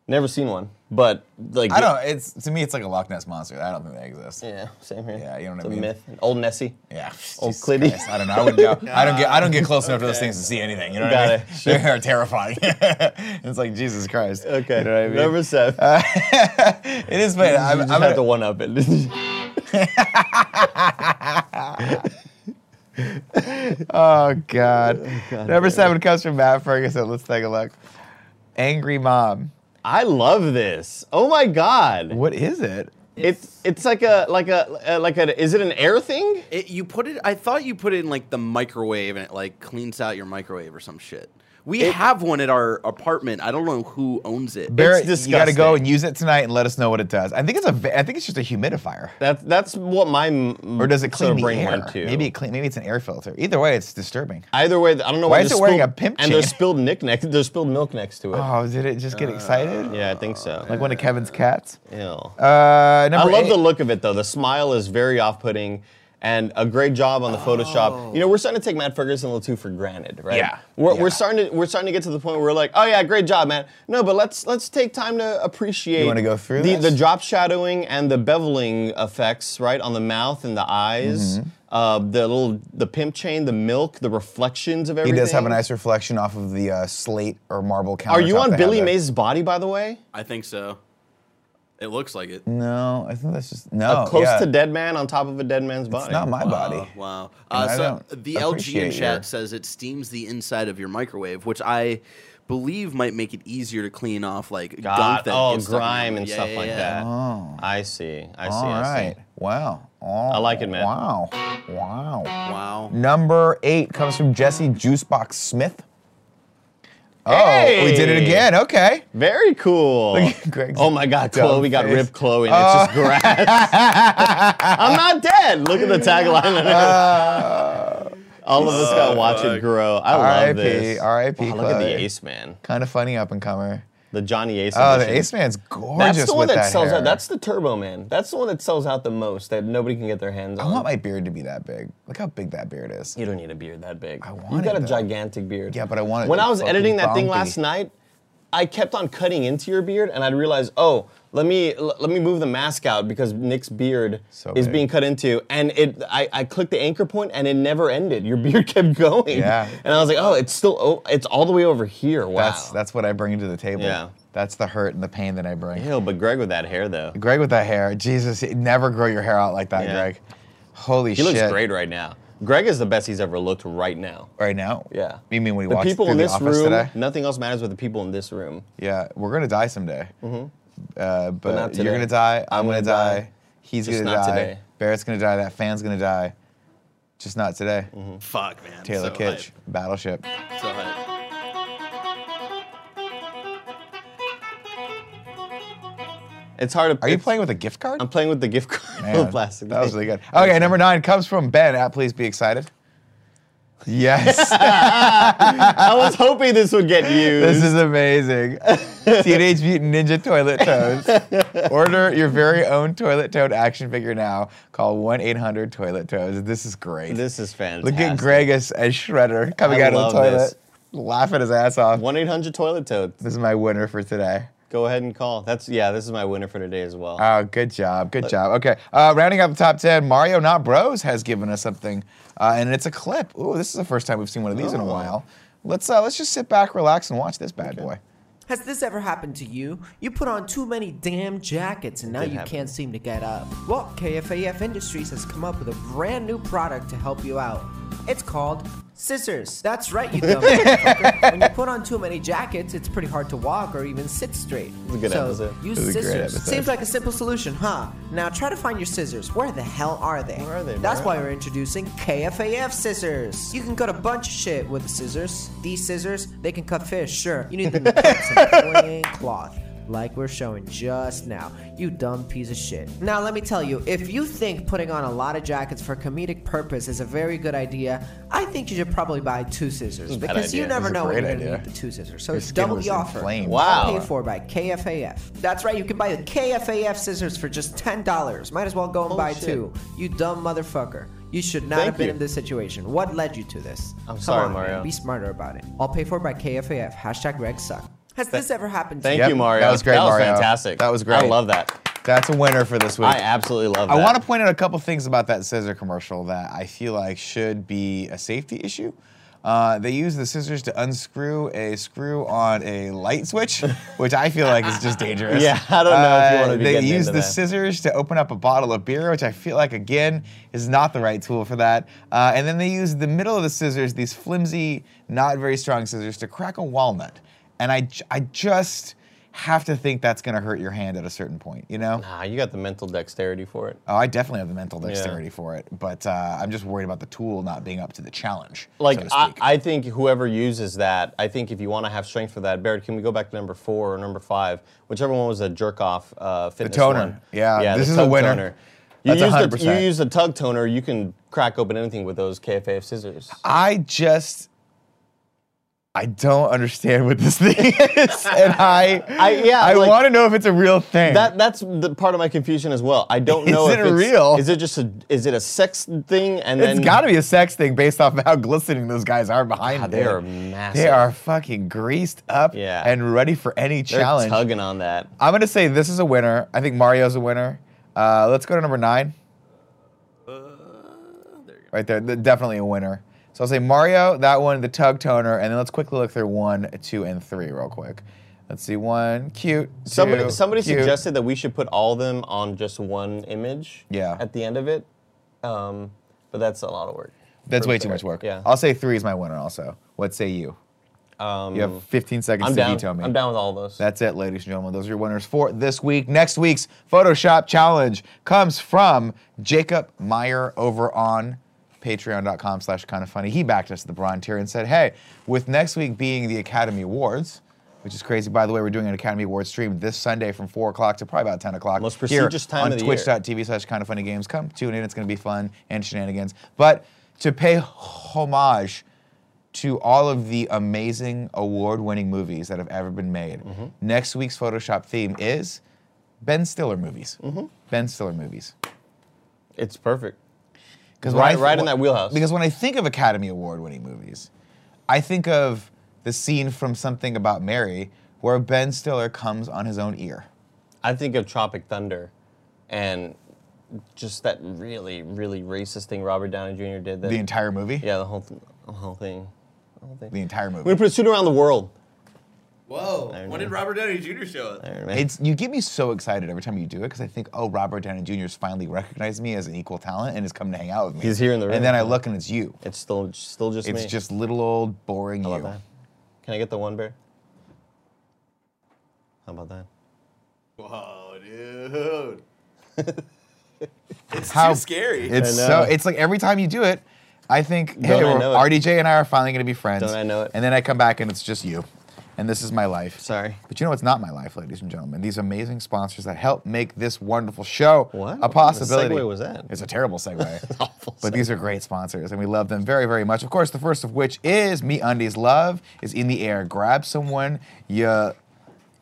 B: Never seen one, but like
A: I don't. It's to me, it's like a Loch Ness monster. I don't think that exists. Yeah,
B: Yeah, same here.
A: Yeah, you know what
B: it's
A: I
B: a
A: mean?
B: myth. An Old Nessie. Old
A: Jesus
B: Clitty.
A: Christ, I don't know. I wouldn't go. I don't get. I don't get close enough to those things to see anything. You know what I
B: Got
A: mean?
B: it. Sure.
A: They are terrifying. it's like Jesus Christ.
B: Okay.
A: You know what I mean?
B: Number seven.
A: it is, but
B: I'm,
A: I'm,
B: you
A: I'm
B: just have
A: gonna-
B: to one up it.
A: Oh God. Number seven comes from Matt Ferguson. Let's take a look. Angry mom.
B: I love this. Oh my god.
A: What is it?
B: It's it's like a like a uh, like a is it an air thing?
F: It, you put it. I thought you put it in like the microwave, and it like cleans out your microwave or some shit. We have one at our apartment. I don't know who owns it.
A: Barrett, you got to go
B: disgusting.
A: and use it tonight and let us know what it does. I think it's a. va- I think it's just a humidifier.
B: That's that's what my m-
A: Or does it
B: sort
A: clean
B: of
A: the
B: brain
A: air?
B: went to.
A: Maybe it clean, maybe it's an air filter. Either way, it's disturbing.
B: Either way, I don't know
A: Why
B: why
A: is
B: there's
A: it wearing
B: spilled-
A: a pimp
B: And there's
A: chain?
B: spilled nick next. There's spilled milk next to it.
A: Oh, did it just get excited?
B: Uh, yeah, I think so.
A: Like one of Kevin's cats.
B: Ew.
A: Uh,
B: I
A: number
B: love
A: eight.
B: the look of it though. The smile is very off-putting, and a great job on the Photoshop. You know, we're starting to take Matt Ferguson a little too for granted, right?
A: Yeah.
B: We're,
A: Yeah.
B: we're starting to we're starting to get to the point where we're like, oh yeah, great job, Matt. No, but let's let's take time to appreciate.
A: You wanna go through
B: the,
A: this?
B: the drop shadowing and the beveling effects, right, on the mouth and the eyes.
A: Mm-hmm.
B: Uh, the little the pimp chain, the milk, the reflections of
A: He
B: everything.
A: does have a nice reflection off of the uh, slate or marble countertop.
B: Are you
A: they
B: on
A: have
B: Billy
A: there.
B: Mays' body, by the way?
F: I think so. It looks like it.
A: No, I think that's just no.
B: Close
A: Oh, yeah.
B: to dead man on top of a dead man's body.
A: It's not my
F: Oh,
A: body.
F: wow.
A: And I
F: Uh, so
A: don't
F: the LG in
A: appreciate
F: chat
A: your-
F: says it steams the inside of your microwave, which I believe might make it easier to clean off like
B: God,
F: gunk that
B: oh,
F: gets stuck in
B: grime
F: your-
B: and
F: Yeah,
B: stuff
F: yeah,
B: like
F: yeah.
B: that. I see. I
A: Oh.
B: see.
A: All
B: I see.
A: right. Wow. Oh,
B: like it, man.
A: Wow. Wow.
F: Wow.
A: Mm. Number eight comes from Jesse Juicebox Smith. Oh, we did it
B: Hey!
A: again. Okay.
B: Very cool.
A: at Greg's
B: oh my God,
A: dumb
B: Chloe got
A: face. Oh.
B: ripped Chloe, and it's just grass. I'm not dead. Look at
A: Uh,
B: the tagline. All of us
F: Oh,
B: got to watch it grow. I love
A: R.I.P.,
B: this.
A: R.I.P.,
B: Wow, look at
A: Chloe.
B: the Ace Man,
A: Kind of funny up and comer.
B: the Johnny Ace.
A: Oh, the
B: edition.
A: Ace Man's gorgeous
B: That's the one
A: with
B: that,
A: that,
B: sells
A: hair.
B: out. That's the Turbo Man. That's the one that sells out the most. That nobody can get their hands on.
A: I want my beard to be that big. Look how big that beard is.
B: You don't need a beard that big. I
A: want
B: You've got
A: it,
B: a
A: though.
B: gigantic beard.
A: Yeah, but I want it
B: When I was
A: fucking
B: editing that thing
A: bonkey.
B: last night, I kept on cutting into your beard, and I'd realize, oh, let me l- let me move the mask out because Nick's beard
A: So
B: is
A: big.
B: being cut into, and it I, I clicked the anchor point, and it never ended. Your beard kept going.
A: Yeah.
B: And I was like, oh, it's still oh, it's all the way over here. Wow.
A: That's that's what I bring to the table.
B: Yeah.
A: That's the hurt and the pain that I bring.
B: Ew, but Greg with that hair though,
A: Greg with that hair, Jesus, never grow your hair out like that,
B: Yeah.
A: Greg. Holy
B: he
A: shit.
B: looks great right now. Greg is the best he's ever looked right now.
A: right now.
B: Yeah.
A: You mean when he
B: the
A: walks
B: people
A: through
B: in this
A: the office
B: room?
A: today?
B: Nothing else matters but the people in this room.
A: Yeah, we're gonna die someday. Uh, but
B: Mm-hmm. not
A: you're
B: today.
A: gonna die. I'm, gonna,
B: gonna
A: die.
B: die.
A: He's
B: Just
A: gonna
B: not
A: die.
B: today.
A: Barrett's gonna die. That fan's gonna die. Just not today.
B: Mm-hmm.
F: Fuck, man.
A: Taylor
F: so
A: Kitsch, Battleship.
F: hype, so hype.
B: It's hard to.
A: Are you
B: it's-
A: playing with a gift card?
B: I'm playing with the gift card
A: Man,
B: plastic.
A: That was
B: thing.
A: really good. Okay, number nine comes from Ben. At please be excited. Yes,
B: I was hoping this would get used.
A: this is amazing. Teenage Mutant Ninja Toilet Toads. Order your very own Toilet Toad action figure now. Call 1 800 Toilet Toads. This is great.
B: This is fantastic.
A: Look at Greg as, as Shredder coming
B: I
A: out of the
B: love
A: toilet,
B: this.
A: laughing his ass off.
B: One eight hundred toilet toad.
A: This is my winner for today.
B: Go ahead and call. That's yeah. This is my winner for today as well.
A: Oh, good job. Good job. Okay. Uh, rounding out the top 10, Mario Not Bros has given us something, uh, and it's a clip. Ooh, this is the first time we've seen one of these in a
B: Oh.
A: while. Let's, uh, let's just sit back, relax, and watch this bad boy.
H: Has this ever happened to you? You put on too many damn jackets and now
B: did
H: you
B: happen.
H: can't seem to get up. Well, KFAF Industries has come up with a brand new product to help you out. It's called scissors. That's right, you dumb motherfucker. When you put on too many jackets, it's pretty hard to walk or even sit straight.
B: a good
H: so
B: episode.
H: use
A: This is a great
H: scissors.
A: episode.
H: Seems like a simple solution, huh? Now try to find your scissors. Where the hell are they?
B: Where are they,
H: That's
B: Mario?
H: why we're introducing KFAF scissors. You can cut a bunch of shit with the scissors. These scissors, they can cut fish, sure. You need them to cut some plain cloth, like we're showing just now. You dumb piece of shit. Now, let me tell you, if you think putting on a lot of jackets for comedic purpose is a very good idea, I think you should probably buy two scissors
B: a bad
H: because you
B: idea.
H: never
A: It's a
H: know when
A: great
H: you're going to
A: idea.
H: need the two scissors. So
A: Your
H: it's
A: skin
H: double
A: was
H: the offer.
A: inflamed.
H: All
B: Wow.
H: paid for by KFAF. That's right, you can buy the KFAF scissors for just $10. Might as well go and buy
B: shit.
H: two. You dumb motherfucker. You should not
B: Thank
H: have been
B: you.
H: in this situation. What led you to this?
B: I'm
H: Come
B: sorry,
H: on,
B: Mario.
H: Man, be smarter about it. All paid for by KFAF. Hashtag RegSuck. Has this ever happened to
B: Thank
H: you?
A: Yep,
B: you, Mario.
A: that was great,
B: That was
A: Mario.
B: fantastic.
A: That was great.
B: I love that.
A: That's a winner for this week.
B: I absolutely love that.
A: I want to point out a couple things about that scissor commercial that I feel like should be a safety issue. Uh, they use the scissors to unscrew a screw on a light switch, which I feel like is just dangerous. Uh,
B: Yeah, I don't know if you wanna be
A: They
B: getting
A: use
B: into
A: the
B: that.
A: scissors to open up a bottle of beer, which I feel like again is not the right tool for that. Uh, and then they use the middle of the scissors, these flimsy, not very strong scissors, to crack a walnut. And I, j- I just have to think that's going to hurt your hand at a certain point, you know?
B: Ah, you got the mental dexterity for it.
A: Oh, I definitely have the mental dexterity for it, but uh, I'm just worried about the tool not being up to the challenge.
B: Like
A: so to
B: I,
A: speak.
B: I think whoever uses that, I think if you want to have strength for that, Barrett, can we go back to number four or number five, whichever one was a jerk off uh, fitness
A: toner.
B: one.
A: Yeah, this
B: the
A: is a
B: tug
A: winner.
B: Toner. You
A: That's
B: use the
A: 100%.
B: you use the tug toner, you can crack open anything with those KFAF scissors.
A: I just, I don't understand what this thing is, and I,
B: I- yeah,
A: I
B: like-
A: want to know if it's a real thing.
B: That that's the part of my confusion as well. I don't
A: Is
B: know
A: it
B: if it's
A: real?
B: Is it just a is it a sex thing? And
A: it's
B: then
A: got to be a sex thing based off of how glistening those guys are behind.
B: God, they
A: it.
B: are massive.
A: They are fucking greased up
B: Yeah.
A: and ready for any
B: they're
A: challenge.
B: tugging on that.
A: I'm gonna say this is a winner. I think Mario's a winner. Uh, let's go to number nine. Right there, th- definitely a winner. So I'll say Mario, that one, the tug toner, and then let's quickly look through one, two, and three real quick. Let's see, one, cute.
B: Somebody
A: two,
B: somebody
A: cute.
B: suggested that we should put all of them on just one image.
A: Yeah.
B: At the end of it, um, but that's a lot of work.
A: That's
B: for
A: way too
B: Barrett.
A: much work.
B: Yeah.
A: I'll say three is my winner also. What say you?
B: Um,
A: You have 15 seconds
B: I'm
A: to
B: down.
A: veto me.
B: I'm down with all those.
A: That's it, ladies and gentlemen. Those are your winners for this week. Next week's Photoshop challenge comes from Jacob Meyer over on patreon.com slash kind of funny. He backed us at the bronze tier and said, hey, with next week being the Academy Awards, which is crazy. By the way, we're doing an Academy Awards stream this Sunday from 4 o'clock to probably about 10 o'clock.
B: Most
A: here
B: prestigious time
A: on
B: of the year.
A: twitch.tv slash kind of funny games. Come tune in. It's going to be fun and shenanigans. But to pay homage to all of the amazing award winning movies that have ever been made.
B: Mm-hmm.
A: Next week's Photoshop theme is Ben Stiller movies.
B: Mm-hmm.
A: Ben Stiller movies.
B: It's perfect.
A: 'Cause when I
B: Right- right in that wheelhouse.
A: Because when I think of Academy Award winning movies, I think of the scene from Something About Mary where Ben Stiller comes on his own ear.
B: I think of Tropic Thunder, and just that really, really racist thing Robert Downey Jr. did. That,
A: The entire movie?
B: yeah, the whole, th- the whole thing. The whole thing.
A: The entire movie.
B: We're gonna put a suit around the world.
F: Whoa!
B: Iron Man.
F: When did Robert Downey Jr. show up?
B: Iron Man.
A: It's you get me so excited every time you do it because I think, oh, Robert Downey Jr. has finally recognized me as an equal talent and is coming to hang out with me.
B: He's here in the room.
A: And then I look and it's you.
B: It's still still just
A: It's
B: me.
A: just little old boring
B: How
A: you.
B: about that? Can I get the one bear? How about that?
F: Whoa, dude! it's
A: How-
F: too scary.
A: It's so
B: I know.
A: it's like every time you do it, I think, hey,
B: I
A: we're-
B: know it?
A: RDJ and I are finally gonna be friends.
B: Don't I know it?
A: And then I come back and it's just you. And this is my life.
B: Sorry.
A: But you know what's not my life, ladies and gentlemen? These amazing sponsors that help make this wonderful show
B: What? What kind
A: a
B: of
A: possibility.
B: segue was that?
A: It's a terrible segue. But these are great sponsors, and we love them very, very much. Of course, the first of which is Me Undies Love is in the air. Grab someone you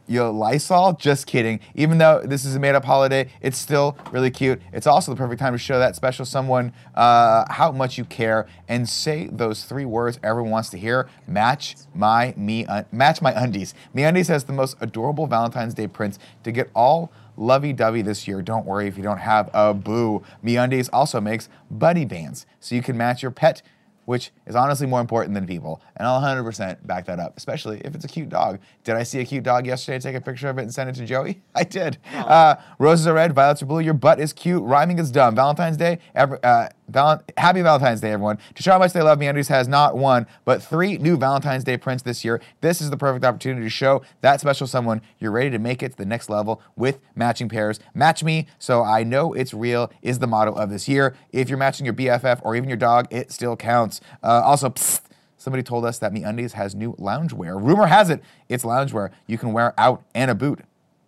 A: Yo, Lysol? Just kidding. Even though this is a made up holiday, it's still really cute. It's also the perfect time to show that special someone uh, how much you care and say those three words everyone wants to hear match my me un- match my undies. Me undies has the most adorable Valentine's Day prints to get all lovey dovey this year. Don't worry if you don't have a boo. Me undies also makes buddy bands so you can match your pet which is honestly more important than people. And I'll 100% back that up, especially if it's a cute dog. Did I see a cute dog yesterday? Take a picture of it and send it to Joey? I did. Uh, roses are red, violets are blue. Your butt is cute. Rhyming is dumb. Valentine's Day, every, uh, val- happy Valentine's Day, everyone. To show how much they love me, Andrews has not one, but three new Valentine's Day prints this year. This is the perfect opportunity to show that special someone you're ready to make it to the next level with matching pairs. Match me so I know it's real is the motto of this year. If you're matching your BFF or even your dog, it still counts. Uh, also, psst, somebody told us that MeUndies has new loungewear. Rumor has it, it's loungewear you can wear out and a boot,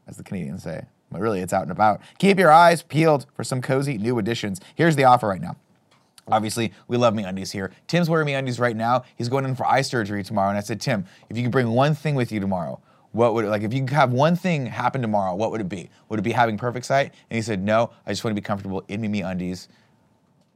A: as the Canadians say. But really, it's out and about. Keep your eyes peeled for some cozy new additions. Here's the offer right now. Obviously, we love me undies here. Tim's wearing me undies right now. He's going in for eye surgery tomorrow. And I said, Tim, if you could bring one thing with you tomorrow, what would like if you could have one thing happen tomorrow, what would it be? Would it be having perfect sight? And he said, No, I just want to be comfortable in me me undies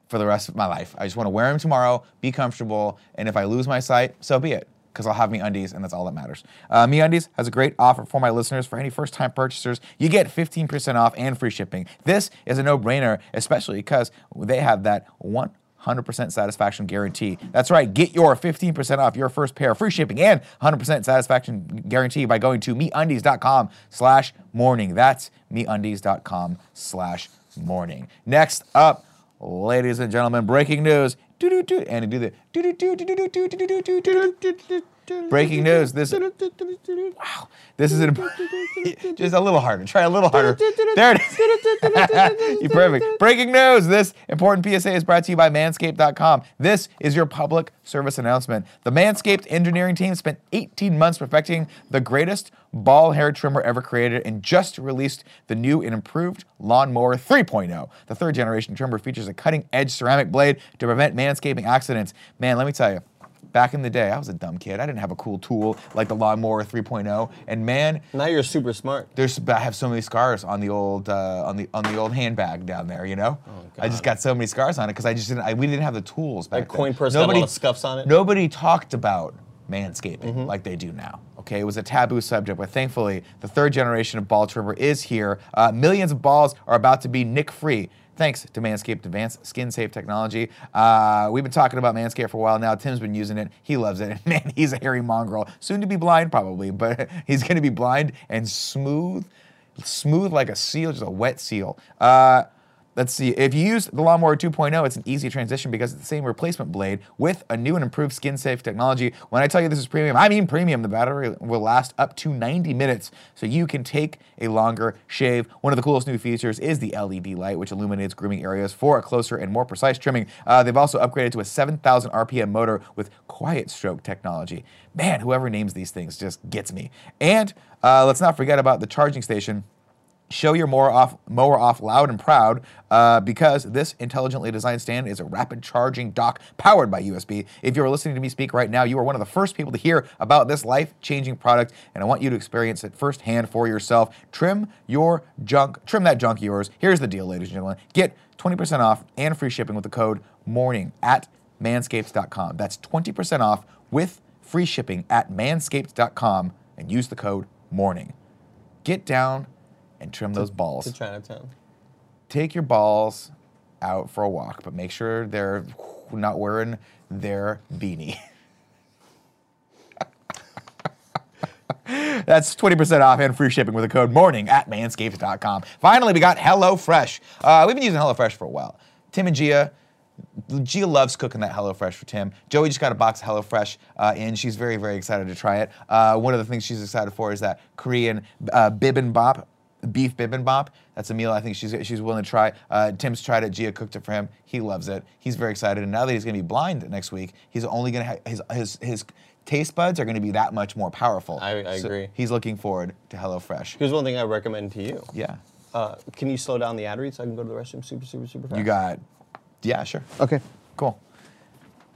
A: for the rest of my life. I just want to wear them tomorrow, be comfortable, and if I lose my sight, so be it. because I'll have me undies, and that's all that matters. Uh, me undies has a great offer for my listeners. For any first time purchasers, you get 15% off and free shipping. This is a no brainer, especially because they have that one. 100% satisfaction guarantee. That's right. Get your 15% off your first pair, free shipping, and 100% satisfaction guarantee by going to meundies.com slash morning. That's meundies.com slash morning. Next up, ladies and gentlemen, breaking news. Do do do, and do the do do do do do do do do do do do do do. Breaking news. This wow. This is an, just a little harder. Try a little harder. There it is. You're perfect. Breaking news. This important PSA is brought to you by Manscaped.com. This is your public service announcement. The Manscaped engineering team spent 18 months perfecting the greatest ball hair trimmer ever created and just released the new and improved Lawnmower 3.0. The third generation trimmer features a cutting edge ceramic blade to prevent manscaping accidents. Man, let me tell you, back in the day, I was a dumb kid. I didn't have a cool tool like the Lawnmower 3.0. And man,
B: Now you're super smart.
A: there's I have so many scars on the old uh, on the on the old handbag down there. You know,
B: Oh,
A: I just got so many scars on it because I just didn't. I, we didn't have the tools back
B: That
A: then.
B: coin purse had a lot of scuffs on it.
A: Nobody talked about manscaping like they do now. Okay, it was a taboo subject, but thankfully the third generation of ball trimmer is here. Uh, millions of balls are about to be nick free. Thanks to Manscaped Advanced Skin Safe Technology. Uh, we've been talking about Manscaped for a while now. Tim's been using it. He loves it. And man, he's a hairy mongrel. Soon to be blind, probably, but he's going to be blind and smooth, smooth like a seal, just a wet seal. Uh, Let's see. If you use the Lawnmower 2.0, it's an easy transition because it's the same replacement blade with a new and improved skin safe technology. When I tell you this is premium, I mean premium. The battery will last up to 90 minutes, so you can take a longer shave. One of the coolest new features is the LED light, which illuminates grooming areas for a closer and more precise trimming. Uh, they've also upgraded to a 7,000 RPM motor with quiet stroke technology. Man, whoever names these things just gets me. And uh, let's not forget about the charging station. Show your mower off, mower off loud and proud uh, because this intelligently designed stand is a rapid charging dock powered by USB. If you're listening to me speak right now, you are one of the first people to hear about this life changing product, and I want you to experience it firsthand for yourself. Trim your junk, trim that junk of yours. Here's the deal, ladies and gentlemen get 20% off and free shipping with the code MORNING at manscaped.com. That's 20% off with free shipping at manscaped.com and use the code MORNING get down and trim those balls.
B: To Chinatown.
A: Take your balls out for a walk, but make sure they're not wearing their beanie. That's 20% off and free shipping with the code morning at manscaped.com. Finally, we got HelloFresh. Uh, we've been using HelloFresh for a while. Tim and Gia, Gia loves cooking that HelloFresh for Tim. Joey just got a box of HelloFresh uh, in. She's very, very excited to try it. Uh, one of the things she's excited for is that Korean uh, bibimbap, beef bibimbap. That's a meal I think she's she's willing to try. Uh, Tim's tried it. Gia cooked it for him. He loves it. He's very excited. And now that he's going to be blind next week, he's only going to have his his his taste buds are going to be that much more powerful.
B: I- I agree.
A: He's looking forward to HelloFresh.
B: Here's one thing I recommend to you.
A: Yeah,
B: Uh, can you slow down the ad read so I can go to the restroom super, super, super fast?
A: you got. Yeah, sure.
B: Okay.
A: Cool.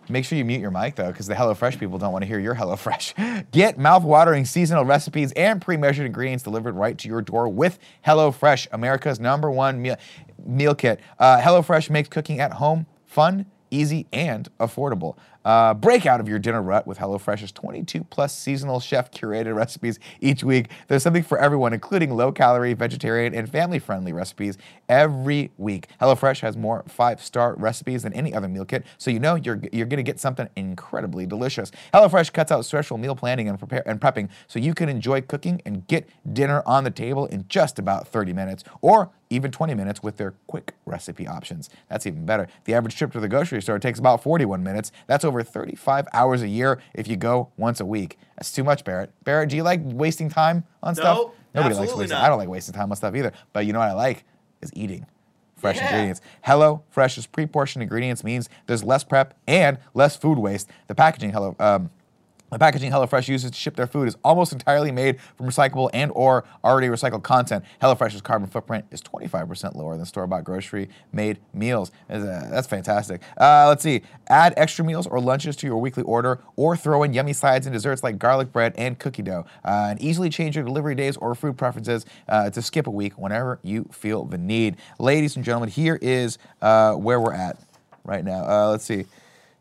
A: Make sure you mute your mic though, because the HelloFresh people don't want to hear your HelloFresh. Get mouth-watering seasonal recipes and pre-measured ingredients delivered right to your door with HelloFresh, America's number one meal, meal kit. Uh, HelloFresh makes cooking at home fun, easy, and affordable. Uh, break out of your dinner rut with HelloFresh's 22 plus seasonal chef curated recipes each week. There's something for everyone, including low calorie, vegetarian, and family friendly recipes every week. HelloFresh has more five star recipes than any other meal kit, so you know you're, you're going to get something incredibly delicious. HelloFresh cuts out stressful meal planning and, prepare, and prepping so you can enjoy cooking and get dinner on the table in just about 30 minutes or even 20 minutes with their quick recipe options. That's even better. The average trip to the grocery store takes about 41 minutes. That's over 35 hours a year if you go once a week. That's too much, Barrett. Barrett, do you like wasting time on stuff? Nobody likes
F: absolutely
A: wasting.
F: not.
A: I don't like wasting time on stuff either. But you know what I like is eating fresh ingredients. Hello Fresh's pre-portioned ingredients means there's less prep and less food waste. The packaging Hello um, the packaging HelloFresh uses to ship their food is almost entirely made from recyclable and or already recycled content. HelloFresh's carbon footprint is 25% lower than store-bought grocery-made meals. Is, uh, That's fantastic. Uh, let's see. Add extra meals or lunches to your weekly order or throw in yummy sides and desserts like garlic bread and cookie dough. Uh, and easily change your delivery days or food preferences uh, to skip a week whenever you feel the need. Ladies and gentlemen, here is uh, where we're at right now. Uh, let's see.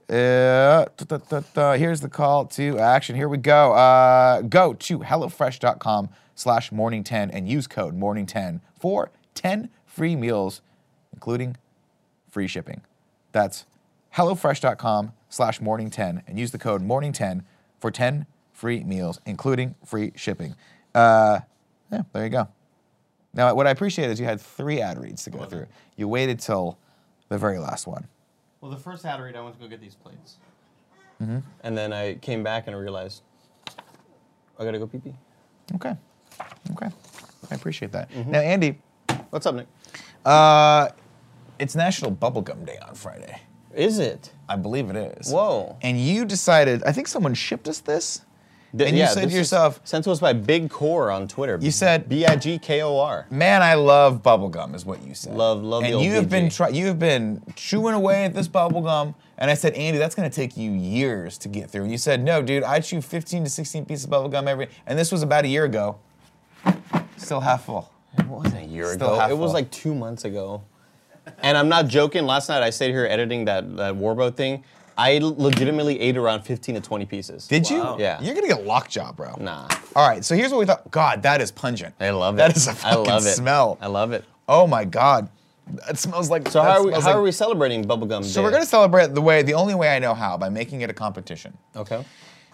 A: Uh, duh, duh, duh, duh. here's the call to action. Here we go. Uh, go to HelloFresh.com slash morning10 and use code morning10 for 10 free meals, including free shipping. That's HelloFresh.com slash morning10 and use the code morning10 for 10 free meals, including free shipping. Uh, yeah, there you go. Now, what I appreciate is you had three ad reads to go through. You waited till the very last one.
B: Well, the first ad read, I went to go get these plates.
A: Mm-hmm.
B: And then I came back and I realized I gotta go pee pee.
A: Okay. Okay. I appreciate that.
B: Mm-hmm.
A: Now, Andy,
B: What's up, Nick?
A: uh, it's National Bubblegum Day on Friday.
B: Is it?
A: I believe it is.
B: Whoa.
A: And you decided, I think someone shipped us this.
B: Th-
A: and you
B: yeah,
A: said
B: this
A: to
B: is
A: yourself,
B: sent to us by Big Core on Twitter.
A: You said-
B: B I G K O R.
A: Man, I love bubblegum, is what you said.
B: Love- love the
A: And
B: old
A: you have been
B: BJ.
A: try- you have been chewing away at this bubblegum. And I said, Andy, that's gonna take you years to get through. And you said, no, dude, I chew 15 to 16 pieces of bubblegum every and this was about a year ago. Still half full.
B: It wasn't a year
A: Still
B: ago.
A: half
B: It was
A: full.
B: like two months ago. And I'm not joking. Last night I stayed here editing that, that Warbo thing. I l- legitimately ate around 15 to 20 pieces.
A: Did
B: Wow.
A: you?
B: Yeah.
A: You're gonna get lockjaw, bro.
B: Nah.
A: All right, so here's what we thought. God, that is pungent.
B: I love it.
A: That is a
B: I
A: fucking
B: love it.
A: smell.
B: I love it.
A: Oh my God, it smells like.
B: So
A: that
B: how are we, how
A: smells
B: are
A: like-
B: we celebrating bubblegum
A: So we're gonna celebrate the way the only way I know how by making it a competition.
B: Okay.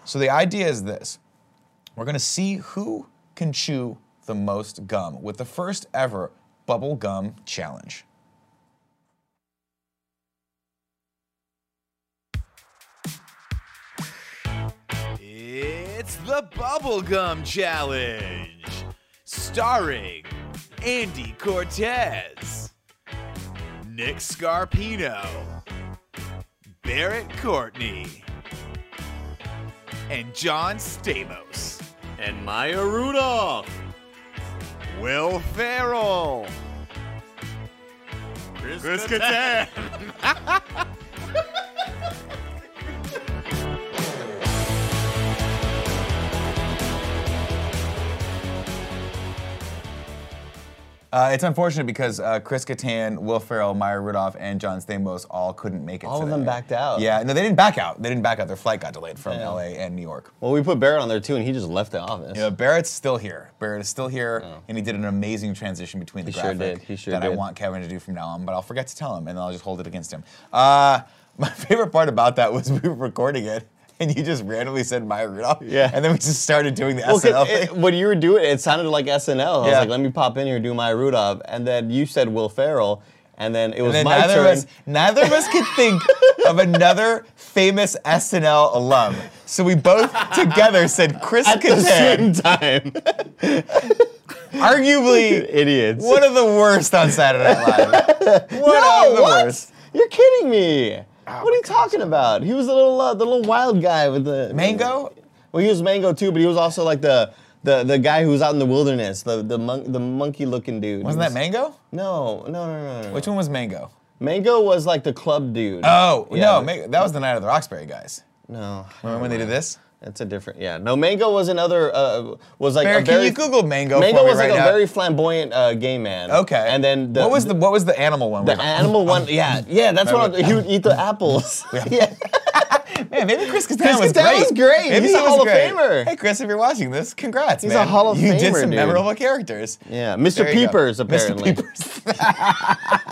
A: So the idea is this: we're gonna see who can chew the most gum with the first ever bubble gum challenge.
I: It's the Bubblegum Challenge, starring Andy Cortez, Nick Scarpino, Barrett Courtney, and John Stamos,
B: And Maya Rudolph.
I: Will Farrell, Chris, Kattan.
A: Uh, it's unfortunate because uh, Chris Kattan, Will Ferrell, Maya Rudolph, and John Stamos all couldn't make it.
B: All of
A: today.
B: them backed out.
A: Yeah, no, they didn't back out. They didn't back out. Their flight got delayed from
B: Yeah.
A: L.A. and New York.
B: Well, we put Barrett on there too, and he just left the office.
A: Yeah, Barrett's still here. Barrett is still here, and he did an amazing transition between the
B: Oh. He sure
A: graphic
B: did. He sure
A: that I
B: did.
A: want Kevin to do from now on, but I'll forget to tell him, and I'll just hold it against him. Uh, my favorite part about that was we were recording it, and you just randomly said Maya Rudolph,
B: Yeah.
A: and then we just started doing the
B: Well, 'cause
A: SNL
B: it-
A: thing.
B: when you were doing it, it sounded like SNL. I was
A: Yeah.
B: like, let me pop in here and do Maya Rudolph. And then you said Will Ferrell, and then it was
A: And
B: my
A: neither
B: turn.
A: of us, neither of us could think of another famous SNL alum, so we both together said Chris
B: at the
A: Kattan,
B: same time.
A: arguably
B: Idiots.
A: one of the worst on Saturday Night Live. One of the
B: what?
A: worst.
B: You're kidding me.
A: Ah,
B: what are you talking about? He was the little uh, the little wild guy with the
A: Mango?
B: Well, he was mango too, but he was also like the the, the guy who was out in the wilderness, the the mon- the monkey looking dude. He
A: Wasn't that
B: was-
A: Mango?
B: No, no, no, no, no, no.
A: Which one was Mango?
B: Mango was like the club dude.
A: Oh,
B: Yeah,
A: no,
B: but-
A: Mango, that was the night of the Roxbury guys.
B: no.
A: Remember when they did this?
B: That's a different. Yeah, no. Mango was another. Uh, was like
A: Barry,
B: a
A: can
B: very.
A: you Google Mango
B: Mango
A: for me
B: was like
A: right
B: a
A: now?
B: very flamboyant uh, gay man.
A: Okay.
B: And then the,
A: what was the what was the animal one?
B: The animal one, yeah, yeah, that's what I- he would eat the apples. Yeah.
A: Man, maybe Chris Kattan
B: Chris
A: was
B: Kattan
A: great.
B: was great.
A: Maybe
B: He's
A: he
B: a
A: was
B: Hall of
A: great.
B: Famer.
A: Hey, Chris, if you're watching this, congrats,
B: He's a
A: man.
B: Hall of
A: you did
B: Famer,
A: some
B: dude.
A: memorable characters.
B: Yeah,
A: There
B: Mr.
A: you go.
B: Peepers,
A: Mr.
B: apparently.
A: Peepers.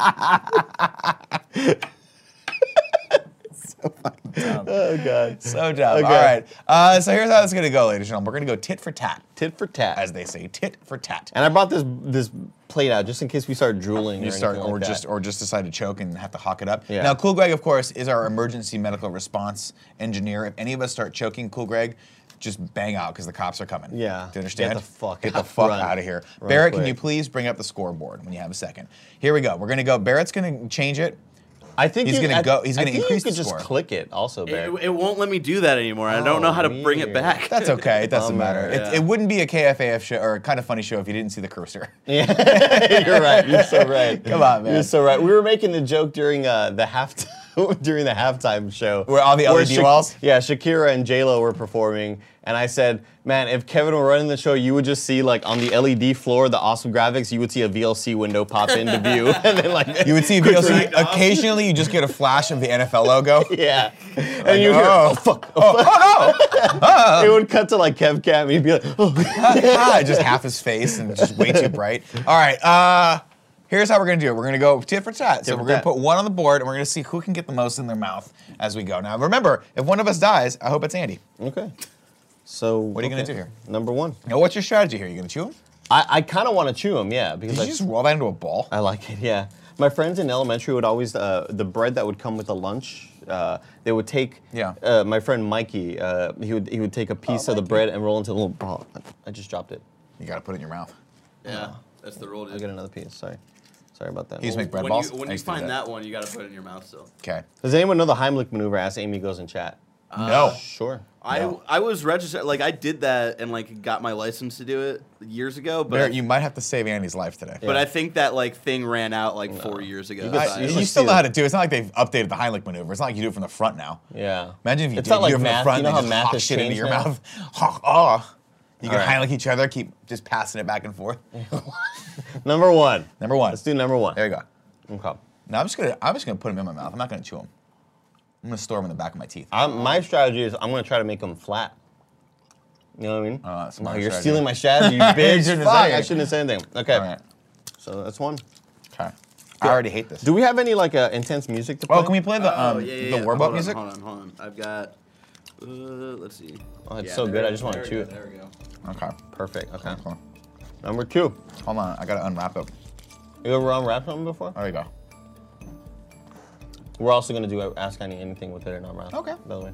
B: Oh, God.
A: So dumb.
B: Okay.
A: All right. Uh, so here's how it's gonna go, ladies and gentlemen. We're gonna go tit for tat,
B: Tit for tat.
A: as they say, tit for tat.
B: and I brought this this plate out just in case we start drooling.
A: you
B: or
A: start
B: anything
A: or
B: like
A: just
B: that.
A: or just decide to choke and have to hawk it up.
B: Yeah.
A: Now, Cool Greg, of course, is our emergency medical response engineer. If any of us start choking, Cool Greg, just bang out because the cops are coming.
B: Yeah.
A: Do you understand?
B: Get the fuck
A: Get the
B: out.
A: fuck
B: Run.
A: out of here.
B: Run
A: Barrett, can
B: quick.
A: you please bring up the scoreboard when you have a second? Here we go. We're gonna go. Barrett's gonna change it.
B: I think
A: he's
B: you-
A: gonna
B: I-
A: go- he's
B: I
A: gonna
B: think
A: increase the
B: You could just
A: score.
B: click it, also,
F: It,
B: Barry.
F: it won't let me do that anymore. I don't know how to bring it
B: weird.
F: back.
A: That's okay. It doesn't matter. It,
F: Yeah.
A: it wouldn't be a KFAF show or a kind of funny show if you didn't see the cursor.
B: You're right. You're so right.
A: Come on, man.
B: You're so right. We were making the joke during uh, the halftime. during the halftime show.
A: Where all the LED walls?
B: Yeah, Shakira and J Lo were performing, and I said, "Man, if Kevin were running the show, you would just see like on the LED floor the awesome graphics. You would see a VLC window pop into view, and then like
A: You would see
B: quick
A: VLC.
B: random-
A: Occasionally, you just get a flash of the NFL logo.
B: Yeah, and you hear,
A: oh.
B: "Oh fuck, oh, fuck." it would cut to like Kev Cat, and he'd be like, "Oh."
A: Ah, just half his face and just way too bright. All right. Uh, here's how we're gonna do it. We're gonna go tit for tat. So
B: Tit for
A: we're gonna
B: tat.
A: put one on the board, and we're gonna see who can get the most in their mouth as we go. Now, remember, if one of us dies, I hope it's Andy.
B: Okay. So what
A: are you gonna do here?
B: Number one,
A: Now, what's your strategy here? You gonna chew him?
B: I, I kind of want to chew him, yeah, because
A: Did
B: I,
A: you just roll that into a ball?
B: I like it. Yeah, my friends in elementary would always uh, the bread that would come with the lunch. Uh, they would take.
A: Yeah. Oh,
B: Uh, my friend Mikey, uh, he would he would take a piece of the bread and roll into a little ball. I just dropped it.
A: You gotta put it in your mouth.
F: Yeah, that's the rule.
B: I got another piece. Sorry, sorry about that.
A: He's making bread
F: when
A: balls.
F: you, when
A: I
F: you
A: used to do
F: find that. one, you gotta put it in your mouth still.
A: Okay.
B: Does anyone know the Heimlich maneuver? Ask Amy goes in chat.
A: no.
B: Sure.
F: I, I was registered like I did that and like got my license to do it years ago, but
A: Barrett, you might have to save Andy's life today.
F: but I think that like thing ran out like four years ago.
B: could-
A: I-
F: So
B: you
A: you
B: should
A: still
B: see
A: know
B: it.
A: how to do it. It's not like they've updated the Heimlich maneuver. It's not like you do it from the front now.
B: Yeah.
A: Imagine if you
B: It's
A: did
B: not like
A: you do it from the
B: math.
A: front
B: you know
A: and
B: how
A: you just
B: math
A: hawk
B: is
A: shit into
B: changed
A: your
B: now?
A: mouth. Hawk, ah. You can
B: All right.
A: Heimlich each other, keep just passing it back and forth.
B: Number one.
A: Number one.
B: Let's do number one.
A: There you go.
B: Okay.
A: Now I'm just gonna I'm just gonna put them in my mouth. I'm not gonna chew them. I'm gonna store them in the back of my teeth.
B: I'm, my strategy is I'm gonna try to make them flat. You know what I mean?
A: Oh, that's
B: wow,
A: my
B: you're
A: strategy.
B: stealing my strategy, you
A: You
B: bitch.
A: shouldn't have
B: Fuck,
A: said it.
B: I shouldn't have said anything. Okay,
A: All right.
B: so that's one.
A: Okay. I already hate this.
B: Do we have any like uh, intense music to play?
A: Oh, can we play the um
F: Oh, yeah, yeah,
A: the
F: yeah.
A: warm
F: Hold
A: up
F: on,
A: music?
F: Hold on, hold on. I've got. Uh, let's see.
B: Oh, it's so good, I just wanna
F: there we
B: chew
F: go,
B: it.
F: There we go.
A: Okay.
B: Perfect. Okay.
A: Hold on.
B: Number two.
A: Hold on, I gotta unwrap it.
B: You ever unwrapped something before?
A: There we go.
B: We're also gonna do ask any anything with it or not wrap.
A: Okay.
B: By the way,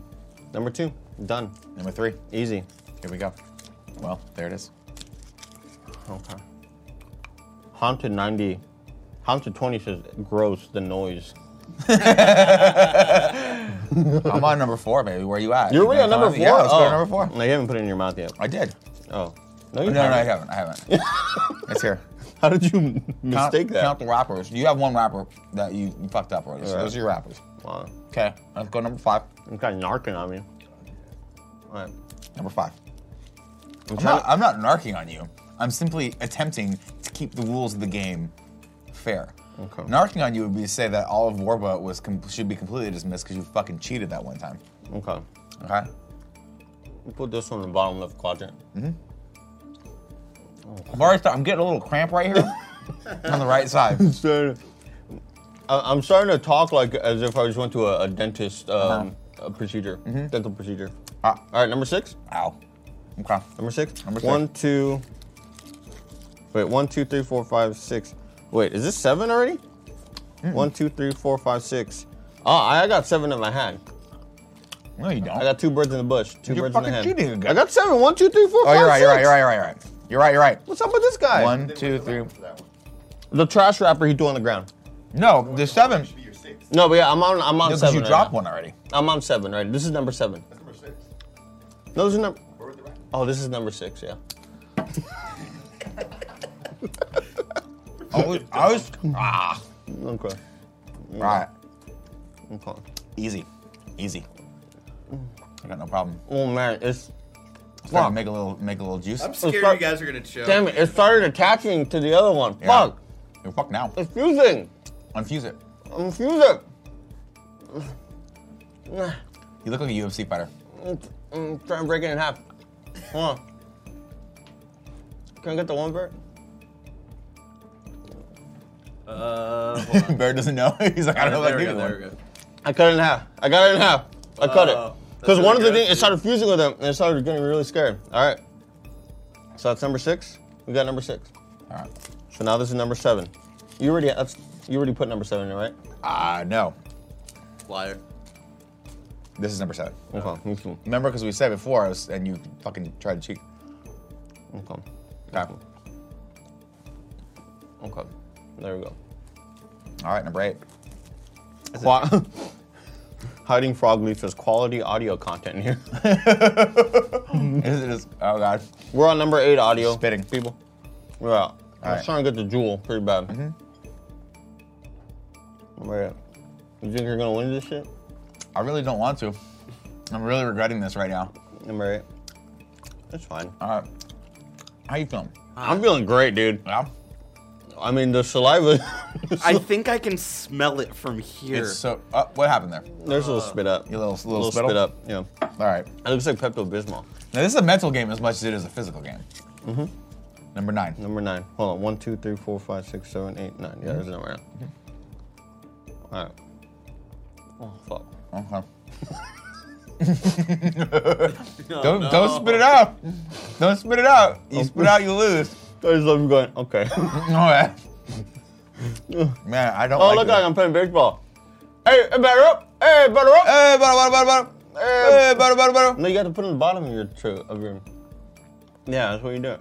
B: number two, done,
A: Number three.
B: easy.
A: Here we go. Well, there it is.
B: Okay. Haunted 90. Haunted 20 says gross the noise.
A: I'm on number four, baby. Where you at?
B: You're
A: You
B: already on
A: gonna
B: number
A: come
B: four.
A: Yeah, let's go to
B: Oh.
A: number four.
B: No, you haven't put it in your mouth yet.
A: I did.
B: Oh. No, you
A: No, no,
B: haven't.
A: I haven't. I haven't. it's here.
B: How did you
A: Count,
B: mistake that?
A: count the wrappers. You have one wrapper that you, you fucked up already. So
B: Alright.
A: those are your wrappers.
B: Wow.
A: Okay, let's go number five.
B: I'm kind of narking on me. All right.
A: Number five.
B: I'm
A: I'm
B: trying
A: not,
B: to,
A: I'm not narking on you. I'm simply attempting to keep the rules of the game fair.
B: Okay.
A: Narking on you would be to say that all of Warboat was com- should be completely dismissed because you fucking cheated that one time.
B: okay.
A: Okay.
B: You put this one in the bottom left quadrant.
A: Mm-hmm. I've already thought, I'm getting a little cramp right here on the right side.
B: Starting to- I- I'm starting to talk like as if I just went to a, a dentist um,
A: Uh-huh.
B: a procedure,
A: Mm-hmm.
B: dental procedure.
A: Ah.
B: All right, number six.
A: Ow. Okay.
B: Number six.
A: Number six.
B: One, two. Wait, one, two, three, four, five, six. Wait, is this seven already? One, two, three, four, five, six. Oh, I I got seven in my hand.
A: No, you don't.
B: I got two birds in the bush. 2
A: You're
B: birds in
A: fucking
B: the hand.
A: cheating again.
B: I got seven. One, two, three, four,
A: oh,
B: five,
A: you're right, you're right,
B: six.
A: you're right, you're right, you're right. You're right, you're right.
B: What's up with this guy?
A: One, two, three.
G: That one.
B: The trash wrapper he threw on the ground.
A: No, there's seven.
G: Should be your six.
B: No, but yeah, I'm on. I'm on
A: Because
B: Oh, seven.
A: you
B: right
A: dropped
B: now.
A: one already.
B: I'm on seven. Right. This is number seven.
G: That's number six.
B: No, this is number.
G: Where would the rat?
B: Oh, this is number six. Yeah.
A: I was, I was ah.
B: Okay.
A: All right,
B: Okay.
A: easy, easy. I got no problem.
B: Oh man, it's
A: Fuck. Make a little, make a little juice.
F: I'm scared
B: start-
F: you guys are gonna choke.
B: damn it. It started attaching to the other one.
A: Yeah.
B: Fuck.
A: You're fucked now.
B: It's fusing.
A: Unfuse it.
B: I'm fusing.
A: You look like a UFC fighter.
B: I'm trying to break it in half. Hold on. Can I get the one bird?
F: Uh, hold on.
A: Bear doesn't know. He's like, I don't know
F: there
A: what
F: we
A: to
F: go.
A: do
F: There we
A: with it.
F: go.
B: I cut it in half. I got it in half. I cut
F: Oh,
B: it.
F: that's
B: Because one of the
F: really
B: things,
F: good.
B: it started fusing with them, and it started getting really scared. All right. So that's number six. We got number six.
A: All right.
B: So now this is number seven. You already that's you already put number seven in, right?
A: Ah, no.
F: Liar.
A: This is number seven.
B: Okay. me too.
A: Remember, because we said before, I was, and you fucking tried to cheat.
B: Okay.
A: Okay.
B: Okay. There we go.
A: All right, number eight.
B: Qua- Hiding frog leaf is quality audio content here.
A: Is it just, oh god.
B: We're on number eight audio.
A: Spitting.
B: people. We're out. I'm
A: right.
B: trying to get the jewel pretty bad. Number eight. You think you're gonna win this shit?
A: I really don't want to. I'm really regretting this right now.
B: I'm right. That's fine.
A: All right. How you feeling?
B: I'm feeling great, dude.
A: Yeah.
B: I mean, the saliva.
F: I think I can smell it from here.
A: It's so. Uh, what happened there?
B: There's a little spit up.
A: Your little- little
B: spit
A: spittle?
B: up. Yeah.
A: All right.
B: It looks like Pepto
A: Now
B: Bismol.
A: this is a mental game as much as it is a physical game. Mm-hmm. Number nine.
B: Number nine. Hold on. One, two, three, four, five, six, seven, eight, nine. Yeah, there's number nine. All right. Oh fuck.
A: Okay. don't don't spit it out. Don't spit it out. You spit it out, you lose.
B: There's something going. Okay.
A: Okay. Man, I don't
B: Oh,
A: like
B: look
A: this.
B: like I'm playing baseball. Hey, hey, batter up! Hey, batter up!
A: Hey, butter, butter, butter, butter. Hey, butter, butter, butter.
B: No, you got to put it in the bottom of your tro- of your. Yeah, that's what you do.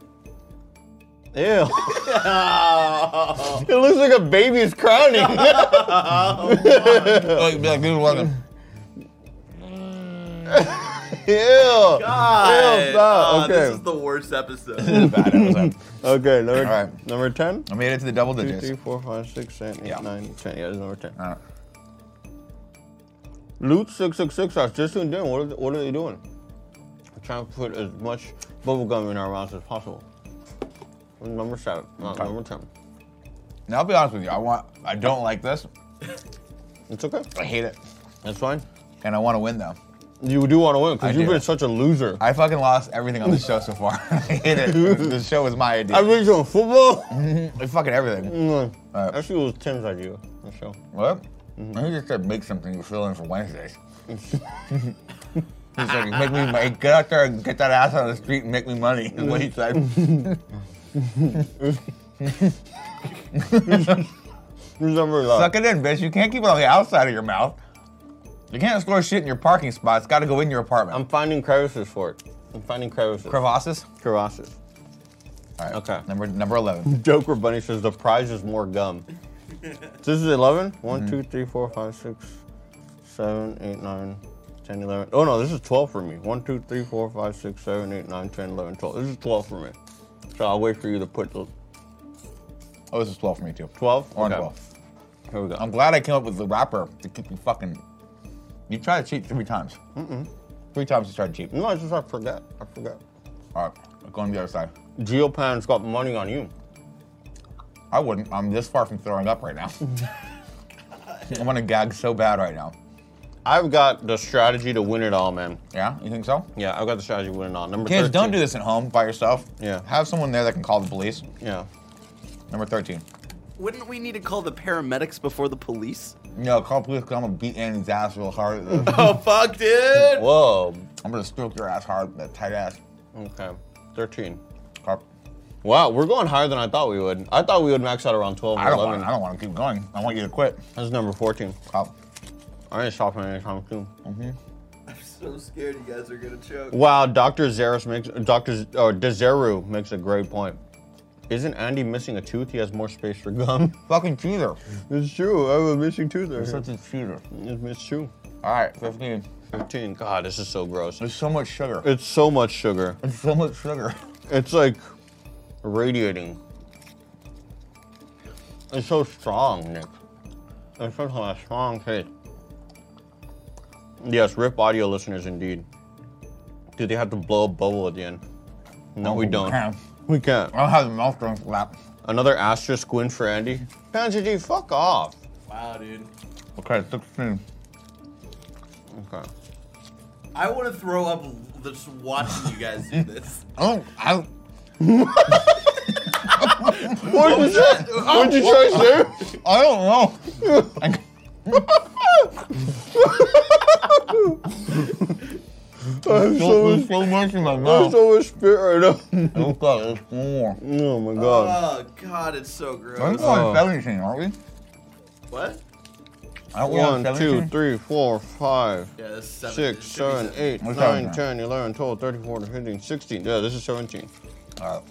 B: Ew! it looks like a baby's crowning.
A: Like, be like, dude, welcome.
B: Ew! Ew! Stop.
F: Ah, This
B: okay.
F: is the worst episode.
A: Bad episode.
B: okay. Number
A: All right.
B: number ten.
A: I made it to the double
B: Two,
A: digits.
B: three, four, five, six, seven, eight,
A: Yeah.
B: nine, ten. Yeah, that's number ten.
A: All right.
B: Loot six six six house. Just doing dinner. What are they, what are they doing? I'm trying to put as much bubble gum in our mouths as possible. Number seven. Not
A: Okay.
B: number ten.
A: Now I'll be honest with you. I want. I don't like this.
B: It's okay.
A: I hate it.
B: That's fine.
A: And I want to win though.
B: You do want to win
A: I
B: because you've
A: do.
B: been such a loser.
A: I fucking lost everything on the show so far. I hate it. The show was my idea.
B: I've been doing football.
A: Like, fucking everything.
B: Mm. Alright. Actually, it was Tim's idea. The show.
A: What?
B: Mm-hmm.
A: Maybe you said make something you fill in for Wednesdays. He's like, make me make, get out there and get that ass on the street and make me money. Is what he said.
B: Mm-hmm. Who's number eleven?
A: Suck it in, bitch. You can't keep it on the outside of your mouth. You can't store shit in your parking spot. It's got to go in your apartment.
B: I'm finding crevices for it. I'm finding crevices.
A: Crevasses.
B: crevices.
A: All right.
B: Okay.
A: Number number eleven.
B: Joker Bunny says the prize is more gum. this is 11?
A: Mm-hmm.
B: 1, two, three, four, five, six, seven, eight, nine, 10, 11. Oh no, this is 12 for me. 1, two, three, four, five, six, seven, eight, nine, 10, 11, 12. This is 12 for me. So I'll wait for you to put the
A: Oh, this is twelve for me too.
B: 12?
A: Or
B: Okay.
A: twelve.
B: Here we go.
A: I'm glad I came up with the rapper to keep you fucking. You tried to cheat three times. Mm-mm. Three times you tried to cheat.
B: no, I just I forgot. I forgot.
A: All right, go on the other side.
B: Geopan's got money on you.
A: I wouldn't. I'm this far from throwing up right now. I want to gag so bad right now.
B: I've got the strategy to win it all, man.
A: Yeah, you think so?
B: Yeah, I've got the strategy to win it all. Number
A: Kids,
B: 13.
A: don't do this at home by yourself.
B: Yeah.
A: Have someone there that can call the police.
B: Yeah.
A: Number 13.
F: Wouldn't we need to call the paramedics before the police?
A: No, call the police because I'm going to beat Andy's ass real hard.
F: Oh fuck, dude!
B: Whoa.
A: I'm going to stroke your ass hard, that tight ass.
B: Okay. 13.
A: Carp.
B: Wow, we're going higher than I thought we would. I thought we would max out around 12
A: I
B: or
A: don't, want,
B: 11.
A: I don't want to keep going. I want you to quit.
B: That's number 14.
A: Carp.
B: I ain't stopping anytime soon.
F: so scared you guys are gonna choke.
B: Wow, Dr. Zeros makes, Dr. Z- or Dezeru makes a great point. Isn't Andy missing a tooth? He has more space for gum.
A: Fucking cheater.
B: it's true. I was missing tooth there.
A: You're such a cheater.
B: It's, it's true.
A: All right, 15.
B: 15. God, this is so gross.
A: There's so much sugar.
B: It's so much sugar.
A: There's so much sugar.
B: It's like radiating. It's so strong, Nick. It's such a strong taste. Yes, rip audio listeners indeed. Do they have to blow a bubble at the end? No,
A: Oh,
B: we don't.
A: man.
B: We can't.
A: I don't have the mouth strength for that.
B: Another asterisk win for Andy. Pansy G, fuck off.
F: Wow, dude.
A: Okay, 16.
B: Okay.
F: I want to throw up just watching you guys do this.
A: I don't, I don't, Oh,
B: What did you try? What did you try, sir?
A: I don't know.
B: I'm so,
A: There's so much in my
B: I'm
A: mouth.
B: so much spit right now.
A: Okay, it's more.
B: Oh my
A: Uh,
B: god.
F: Oh god, it's so
A: I think
F: gross.
A: we're on
B: Oh.
A: 17, aren't we?
F: What?
A: Aren't we on
B: One, two,
A: 17?
B: three, four, five.
F: Yeah, that's seven. It
B: Six,
F: should be
B: seven, eight,
A: What's
B: nine,
A: that?
B: ten, eleven, twelve, thirteen, fourteen, fifteen, sixteen. Yeah, this is 17.
A: All right.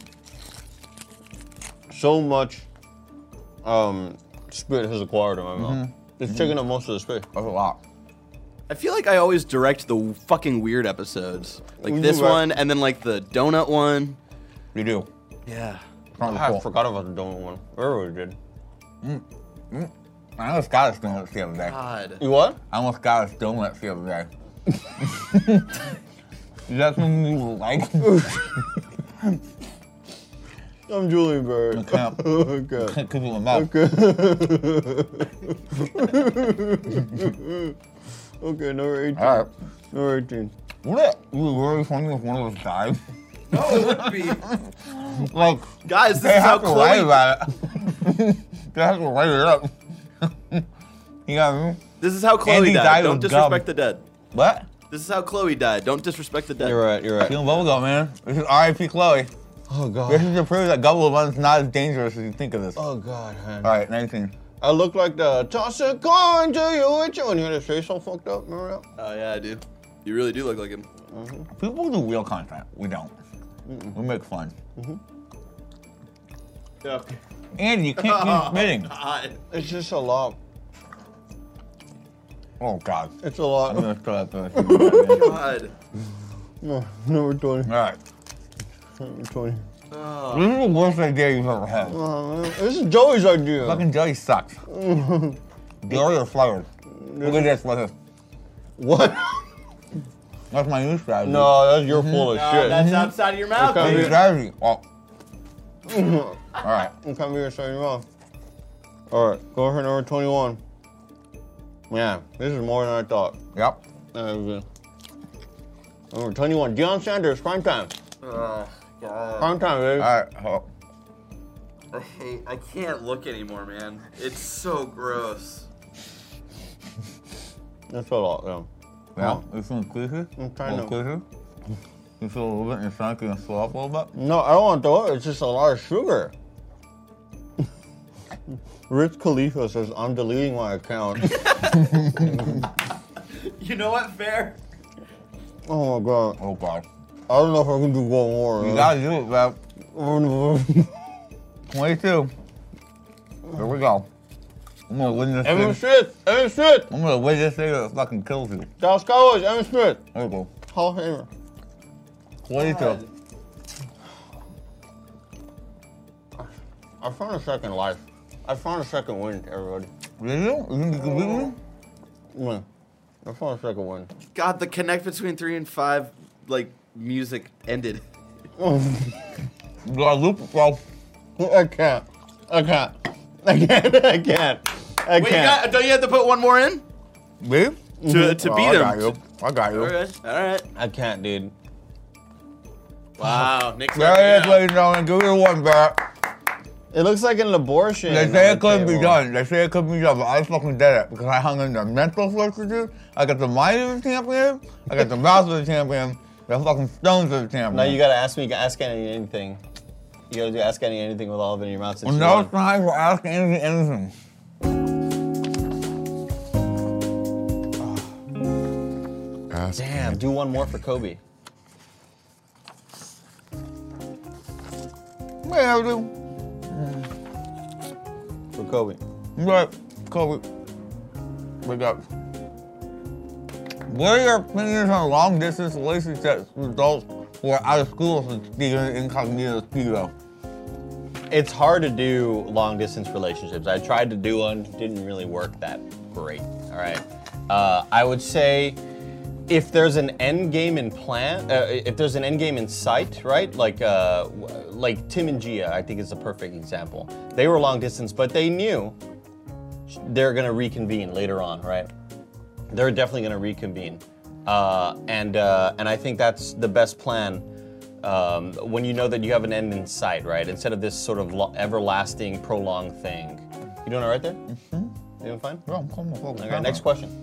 B: So much um, spit has acquired in my mouth. It's taking up most of the space.
A: That's a lot.
F: I feel like I always direct the fucking weird episodes, like
B: You
F: this
B: right.
F: one, and then like the donut one.
A: You do.
F: Yeah.
A: It's not
B: I
A: cool.
B: forgot about the donut one. I really did.
A: I almost got us donuts the other day.
F: God.
B: You what?
A: I almost got us donuts the other day. Is that something you like?
B: I'm Julian Bird.
A: Can't
B: Okay.
A: can't keep it in my mouth.
B: Okay, number 18.
A: All right.
B: Number 18.
A: Wouldn't it be really funny if one of us died? like,
F: Guys,
A: they
F: this is how
A: have to write
F: Chloe.
A: about it. they have to write it up. you got me?
F: This is how Chloe
A: Andy died
F: died. Don't
A: with gum.
F: disrespect the dead.
A: What?
F: This is how Chloe died. Don't disrespect the dead.
B: You're right, you're right.
A: Feeling bubblegum, man. This is R.I.P. Chloe.
B: Oh,
A: This
B: God.
A: is to prove that bubblegum's not as dangerous as you think it is.
B: Oh, God, man.
A: All right, 19.
B: I look like the toss a coin to you with you. And you're say so fucked up, remember that?
F: Oh yeah, I do. You really do look like him.
A: People do real content. We don't. We make fun. Andy, you can't keep admitting.
B: It's just a lot.
A: Oh, God.
B: It's a
A: I'm
B: lot.
A: going to throw that thing. All
F: God.
B: No, number 20.
A: right.
B: Number 20.
A: This is the worst idea you've ever had.
B: Oh, man. This is Joey's idea.
A: Fucking jelly sucks. Glory or flowers. Look at this. Look at this.
B: What?
A: That's my new strategy. Mm-hmm.
B: No, that's your full of shit.
F: Oh, That's outside of your mouth.
A: My
B: Okay.
A: new
B: dude.
A: strategy. Oh. All right.
B: I'm coming here starting off. All right, go ahead, number 21. Yeah, this is more than I thought.
A: Yep.
B: That was good. Number 21, Deion Sanders, prime time. Prime time, baby.
A: All right. Oh.
F: I hate. I can't look anymore, man. It's so gross.
B: That's a lot, yeah.
A: Yeah. It's inclusive.
B: I'm trying to-
A: Inclusive. You feel a little bit. Your stomach gonna slow up a little bit.
B: No, I don't want to throw it. It's just a lot of sugar. Rich Khalifa says, I'm deleting my account.
F: You know what? Fair.
B: oh my god.
A: Oh God.
B: I don't know if I can do one more.
A: You gotta do it, man.
B: man.
A: 22. Here we go. I'm gonna win this thing.
B: Evan Smith, Evan Smith,
A: I'm gonna win this thing that fucking kills you.
B: Dallas Cowboys, Evan Smith,
A: There we go.
B: Hall of Famer.
A: 22.
B: I found a second life. I found a second wind, everybody.
A: Did you? You think you can beat me?
B: Yeah. I found a second wind.
F: God, the connect between three and five, like music ended.
A: You gotta loop it, bro.
B: I can't. I can't. I can't. I can't. I
F: Wait, you
B: can't.
F: got, don't you have to put one more in
A: Me?
F: to, to
A: Oh,
F: beat
A: I got
F: him?
A: you. I got you.
F: Okay. All right.
B: I can't, dude.
F: Wow. Nick's
A: There it is,
F: knocking it out.
A: ladies and gentlemen. Give me the one back.
B: It looks like an abortion.
A: They
B: on
A: say
B: the
A: it couldn't be
B: table.
A: done. They say it couldn't be done, but I fucking did it because I hung in the mental fortitude. I got the mind of the champion. I got the mouth of the champion. The fucking stones of the champion.
B: Now you gotta ask me. You gotta ask any anything. You gotta do ask any anything with all of it in your mouth. since
A: Well,
B: you
A: now
B: won.
A: it's time for Ask Andy Anderson.
G: Ask
B: Damn. Do one more for Kobe.
A: Yeah, I do.
B: For Kobe.
A: But, Kobe, wake up. What are your opinions on long distance relationships with adults who are out of school since Steven Incognito Studio?
B: It's hard to do long distance relationships. I tried to do one, didn't really work that great. All right. Uh, I would say if there's an end game in plan, uh, if there's an end game in sight, right? Like uh, w- like Tim and Gia, I think is a perfect example. They were long distance, but they knew they're gonna reconvene later on, right? They're definitely gonna reconvene, uh, and uh, and I think that's the best plan um, when you know that you have an end in sight, right? Instead of this sort of lo- everlasting, prolonged thing. You doing all right there? Mm-hmm. You doing fine?
A: Bro, come on, fucking
B: Okay,
A: camera.
B: next question.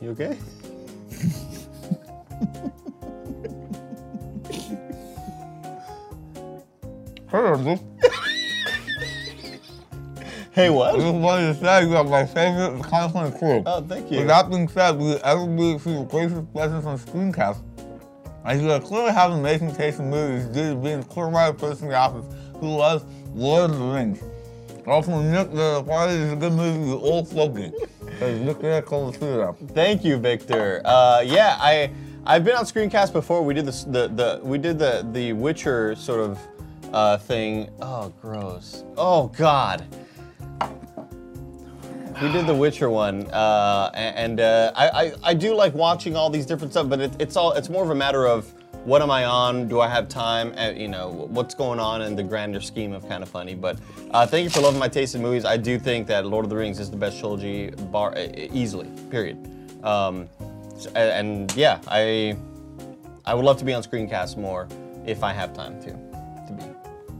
B: You okay?
A: Hey, Andrew.
B: Hey,
A: I
B: what?
A: just wanted to say you are my favorite content crew.
B: Oh, thank you.
A: With that being said, will you ever be through the greatest blessings on Screencast? And you are clearly have amazing taste in movies due to being a clear-minded person in the office who loves Lord of the Rings. Also, Nick the Party is a good movie you all smoking. Because Nick there comes through them.
B: Thank you, Victor. Uh, yeah, I I've been on screencast before. We did this, the the we did the the Witcher sort of uh, thing. Oh, gross. Oh, God. We did the Witcher one, uh, a- and uh, I, I I do like watching all these different stuff, but it, it's all it's more of a matter of what am I on? Do I have time? And, you know what's going on in the grander scheme of kind of funny. But uh, thank you for loving my taste in movies. I do think that Lord of the Rings is the best trilogy bar e- e- easily. Period. Um, s- a- and, yeah, I I would love to be on screencast more if I have time to. To be.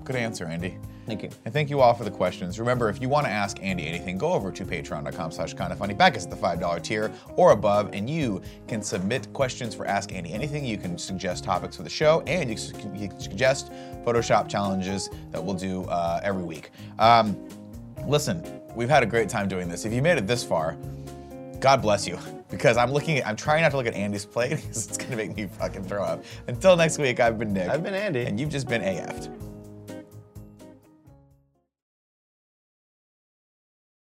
A: Good answer, Andy.
B: Thank you.
A: And thank you all for the questions. Remember, if you want to ask Andy anything, go over to patreon.com slash kind of funny, back us at the $5 tier or above, and you can submit questions for Ask Andy Anything. You can suggest topics for the show, and you, su- you can suggest Photoshop challenges that we'll do uh, every week. Um, listen, we've had a great time doing this. If you made it this far, God bless you. Because I'm looking at, I'm trying not to look at Andy's plate because it's going to make me fucking throw up. Until next week, I've been Nick.
B: I've been Andy.
A: And you've just been AF'd.